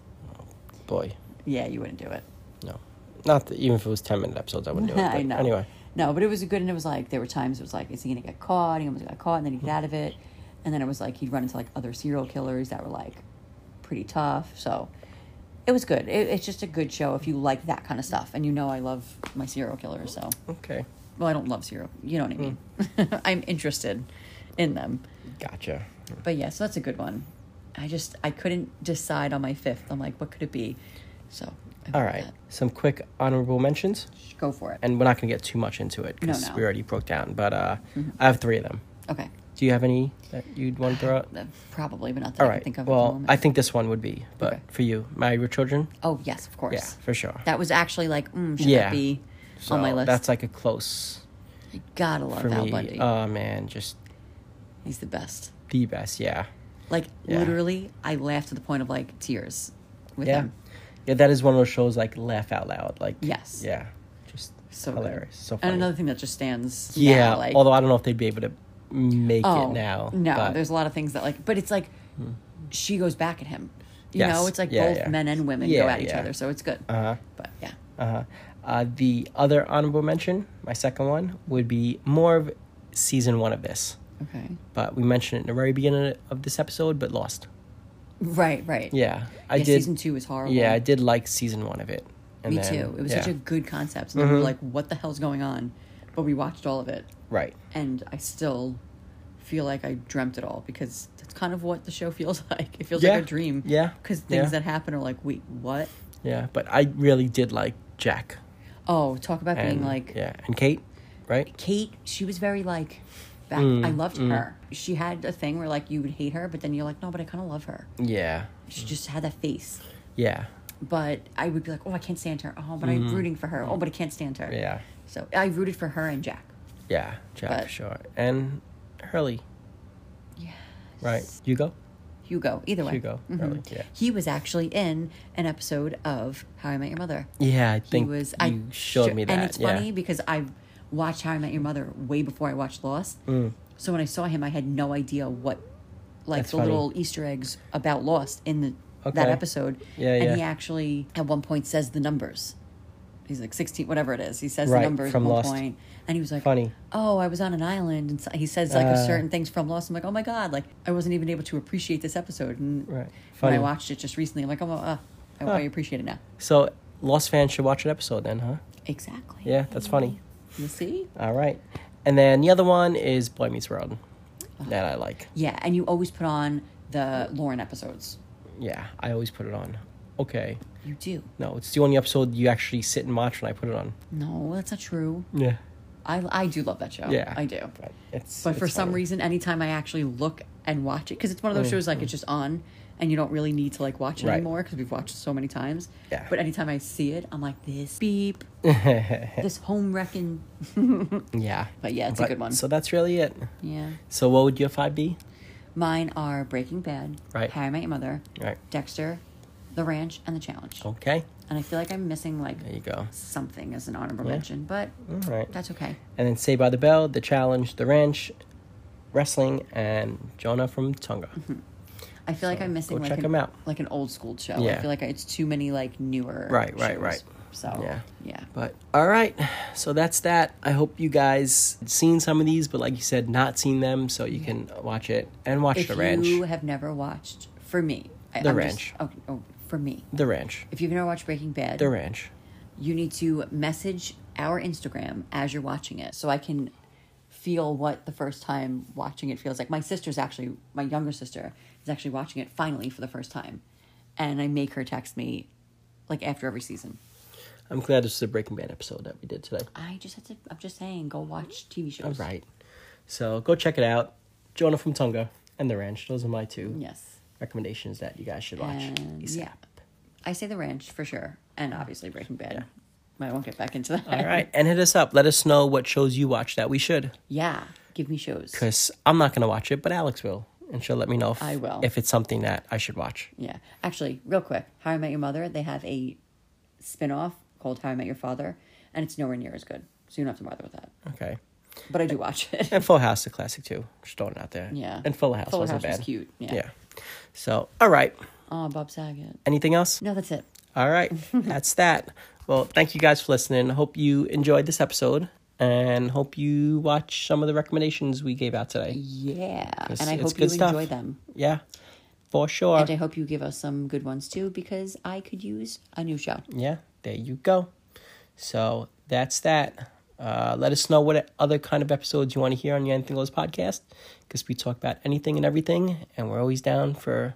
S3: Boy,
S4: yeah, you wouldn't do it.
S3: no. Not that, even if it was 10 minute episodes, I wouldn't do it.
S4: I
S3: but
S4: know.
S3: Anyway,
S4: no, but it was good, and it was like there were times it was like, is he gonna get caught? He almost got caught, and then he'd get out of it, and then it was like he'd run into like other serial killers that were like pretty tough. So it was good. It, it's just a good show if you like that kind of stuff, and you know I love my serial killers, so.
S3: okay.
S4: Well, I don't love zero. You know what I mean.
S3: Hmm.
S4: I'm interested in them.
S3: Gotcha.
S4: But yes, that's a good one. I just I couldn't decide on my fifth. I'm like, what could it be? So I
S3: All
S4: went
S3: right.
S4: with
S3: Some quick honorable mentions.
S4: that. go for it.
S3: And we're not going to get too much into it because
S4: no. Mm-hmm.
S3: we already broke down. But uh, I have three of them.
S4: okay,
S3: Do you have any that you'd want to throw out?
S4: Uh, probably, but not that
S3: All
S4: I
S3: right.
S4: can think of at the
S3: well,
S4: moment.
S3: I think this one would be. But
S4: Okay.
S3: for you, Married with Children?
S4: oh yes, of course.
S3: Yeah, for sure.
S4: That was actually like, mm, should
S3: Yeah.
S4: that be
S3: So
S4: on my list?
S3: That's like a close
S4: You gotta love
S3: for
S4: Al
S3: me.
S4: Bundy.
S3: Oh, man. Just
S4: He's the best.
S3: the best. Yeah.
S4: Like
S3: Yeah.
S4: literally, I laughed to the point of like tears with
S3: Yeah.
S4: him.
S3: Yeah, that is one of those shows like laugh out loud. Like
S4: Yes.
S3: Yeah. Just
S4: So good.
S3: hilarious. So funny.
S4: And another thing that just stands. now,
S3: yeah,
S4: like,
S3: although I don't know if they'd be able to make
S4: Oh,
S3: it now.
S4: No,
S3: but- Hmm.
S4: there's a lot of things that like, but it's like she goes back at him. You
S3: Yes.
S4: know, it's like
S3: Yeah,
S4: both
S3: yeah.
S4: men and women
S3: Yeah,
S4: go at each
S3: yeah.
S4: other, so it's good.
S3: Uh-huh.
S4: But yeah,
S3: Uh-huh. Uh, the other honorable mention, my second one, would be more of season one of this.
S4: okay,
S3: But we mentioned it in the very beginning of this episode, but lost.
S4: right, right.
S3: Yeah, I
S4: Yeah,
S3: did.
S4: Season two was horrible.
S3: Yeah, I did like season one of it. And
S4: Me
S3: then-
S4: too. It was such
S3: yeah, Mm-hmm.
S4: a good concept, and then we were like, "What the hell's going on?" But we watched all of it,
S3: right.
S4: and I still feel like I dreamt it all because that's kind of what the show feels like. It feels
S3: Yeah.
S4: like a dream.
S3: Yeah.
S4: because things
S3: Yeah.
S4: that happen are like, wait, what?
S3: Yeah, but I really did like Jack
S4: Oh, talk about
S3: and
S4: being like
S3: yeah, and Kate, right?
S4: Kate, she was very like, back,
S3: Mm,
S4: I loved her. She had a thing where like you would hate her, but then you're like, no, but I kind of love her.
S3: Yeah,
S4: She just had that face.
S3: yeah,
S4: But I would be like, oh, I can't stand her. Oh, but I'm rooting for her. Oh, but I can't stand her.
S3: Mm-hmm. yeah,
S4: So I rooted for her and Jack.
S3: yeah. Jack for
S4: But-
S3: sure, and Hurley. Yeah. Right. You go.
S4: Hugo, either way. Mm-hmm.
S3: Hugo, Hurley. Yeah.
S4: He was actually in an episode of How I Met Your Mother.
S3: Yeah, I
S4: He
S3: think
S4: was.
S3: you
S4: I
S3: showed
S4: sh-
S3: me that.
S4: and it's
S3: yeah.
S4: funny because I watched How I Met Your Mother way before I watched Lost. So when I saw him, I had no idea what, like
S3: Mm. That's
S4: the
S3: funny.
S4: little Easter eggs about Lost in the that
S3: Okay.
S4: episode.
S3: Yeah,
S4: and
S3: yeah.
S4: he actually at one point says the numbers. He's like sixteen, whatever it is. He says
S3: Right,
S4: the numbers
S3: from
S4: at one
S3: Lost.
S4: point, and he was like,
S3: Funny.
S4: Oh, I was on an island, and so- he says like
S3: Uh.
S4: a certain things from Lost. I'm like, oh my god, like I wasn't even able to appreciate this episode. And
S3: Right.
S4: when
S3: Funny.
S4: I watched it just recently, I'm like, oh, uh, I, I appreciate it now.
S3: So, Lost fans should watch an episode then, huh?
S4: Exactly.
S3: Yeah, that's funny.
S4: You see?
S3: All right. And then the other one is Boy Meets World that I like.
S4: Yeah, and you always put on the Lauren episodes.
S3: Yeah, I always put it on. Okay.
S4: You do.
S3: No, it's the only episode you actually sit and watch when I put it on.
S4: No, that's not true.
S3: Yeah.
S4: I, I do love that show.
S3: Yeah.
S4: I do.
S3: But, it's,
S4: But
S3: it's
S4: for some
S3: funny.
S4: reason, anytime I actually look and watch it, because it's one of those shows like it's just on and you don't really need to like watch it
S3: Mm, Right.
S4: anymore because we've watched it so many times.
S3: Yeah.
S4: But anytime I see it, I'm like, this beep, this home wrecking.
S3: Yeah.
S4: But yeah, it's a good one.
S3: So, that's really it.
S4: yeah.
S3: So, what would your five be?
S4: Mine are Breaking Bad,
S3: Right.
S4: How I Met Your Mother,
S3: Right. Oh.
S4: Dexter, The Ranch, and The Challenge.
S3: Okay.
S4: And I feel like I'm missing like
S3: There you go.
S4: something as an honorable mention, but
S3: All right.
S4: that's okay.
S3: And then Saved by the Bell, The Challenge, The Ranch, Wrestling, and Jonah from Tonga.
S4: Mm-hmm. I feel like I'm missing
S3: go
S4: like
S3: check
S4: an,
S3: 'em out.
S4: like an old school show. I
S3: Yeah.
S4: feel like it's too many like newer.
S3: Right, right,
S4: shows.
S3: right.
S4: So
S3: Yeah.
S4: yeah, yeah.
S3: But all right, so that's that. I hope you guys seen some of these, but like you said, not seen them, so you can watch it and watch
S4: If
S3: the ranch.
S4: you have never watched, for me, I,
S3: The
S4: I'm
S3: Ranch.
S4: Just, okay, oh, for me,
S3: The ranch.
S4: if you've never watched Breaking Bad,
S3: The ranch.
S4: you need to message our Instagram as you're watching it so I can feel what the first time watching it feels like. My sister's actually, my younger sister is actually watching it finally for the first time. And I make her text me like after every season.
S3: I'm glad this is a Breaking Bad episode that we did today.
S4: I just have to, I'm just saying, go watch TV shows.
S3: All right, so go check it out. Jonah from Tonga and The Ranch. Those are my two
S4: Yes.
S3: recommendations that you guys should watch.
S4: And,
S3: ASAP.
S4: yeah. I say The Ranch for sure. And obviously Breaking Bad. I won't get back into that.
S3: All right, and hit us up. Let us know what shows you watch that we should,
S4: Yeah. Give me shows.
S3: because I'm not gonna watch it, but Alex will, and she'll let me know if
S4: I will.
S3: if it's something that I should watch.
S4: Yeah. Actually, real quick, How I Met Your Mother, they have a spin off called How I Met Your Father, and it's nowhere near as good. So you don't have to bother with that.
S3: Okay.
S4: But I do watch it.
S3: And Full House, the classic too. Just throwing it out there.
S4: Yeah.
S3: And Full House
S4: Full
S3: wasn't
S4: House was
S3: bad.
S4: cute, yeah.
S3: So, all right.
S4: Oh, Bob Saget.
S3: Anything else?
S4: No, that's it.
S3: All right. That's that. Well, thank you guys for listening. Hope you enjoyed this episode and hope you watch some of the recommendations we gave out today.
S4: Yeah.
S3: It's-
S4: and I
S3: it's
S4: hope
S3: good
S4: you
S3: stuff. Uh,
S4: enjoy them.
S3: Yeah. For sure.
S4: And I hope you give us some good ones too, because I could use a new show.
S3: yeah. There you go. So, that's that. Uh, let us know what other kind of episodes you want to hear on the Anything Goes podcast because we talk about anything and everything, and we're always down for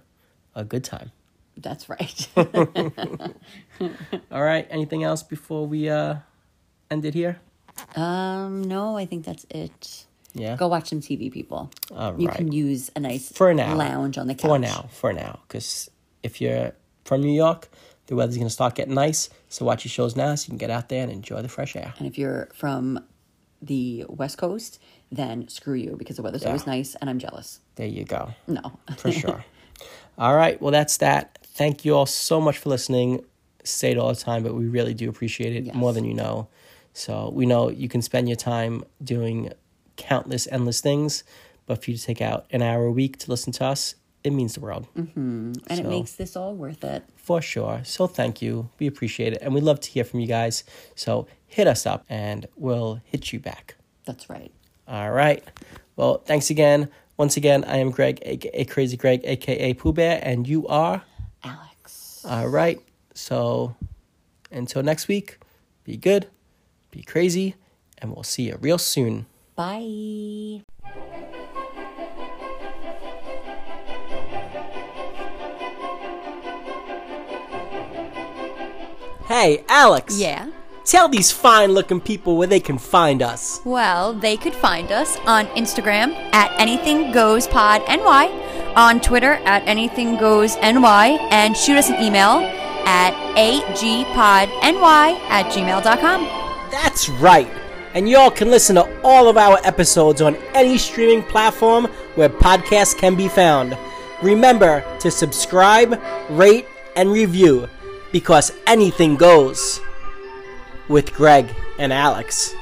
S3: a good time.
S4: That's right.
S3: All right. Anything else before we uh end it here?
S4: um, no, I think that's it.
S3: Yeah.
S4: Go watch some TV, people.
S3: All
S4: You
S3: right.
S4: can use a nice
S3: for now.
S4: lounge on the couch.
S3: For now. For now. Because if you're from New York, the weather's gonna start getting nice. So watch your shows now, so you can get out there and enjoy the fresh air.
S4: And if you're from the West Coast, then screw you because the weather's always
S3: Yeah.
S4: nice and I'm jealous.
S3: There you go.
S4: No.
S3: For sure. all right. Well, that's that. Thank you all so much for listening. Say it all the time, but we really do appreciate it more
S4: Yes.
S3: than you know. So we know you can spend your time doing countless, endless things, but for you to take out an hour a week to listen to us, it means the world.
S4: And it
S3: So-
S4: makes this all worth it.
S3: For sure. So thank you. We appreciate it. And we love to hear from you guys. So hit us up and we'll hit you back.
S4: That's right.
S3: All right. Well, thanks again. Once again, I am Greg, aka Crazy Greg, aka Pooh Bear, and you are.
S4: Alex.
S3: All right. So until next week, be good, be crazy, and we'll see you real soon.
S4: Bye.
S3: Hey, Alex.
S5: Yeah.
S3: Tell these fine looking people where they can find us.
S5: Well, they could find us on Instagram at Anything Goes Pod NY, on Twitter at Anything Goes NY, and shoot us an email at agpodny at gmail.com.
S3: That's right. And y'all can listen to all of our episodes on any streaming platform where podcasts can be found. Remember to subscribe, rate, and review because anything goes with Greg and Alex.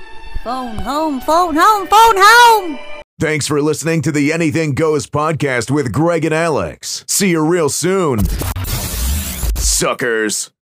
S5: Phone home, phone home, phone home!
S1: Thanks for listening to the Anything Goes podcast with Greg and Alex. See you real soon, suckers.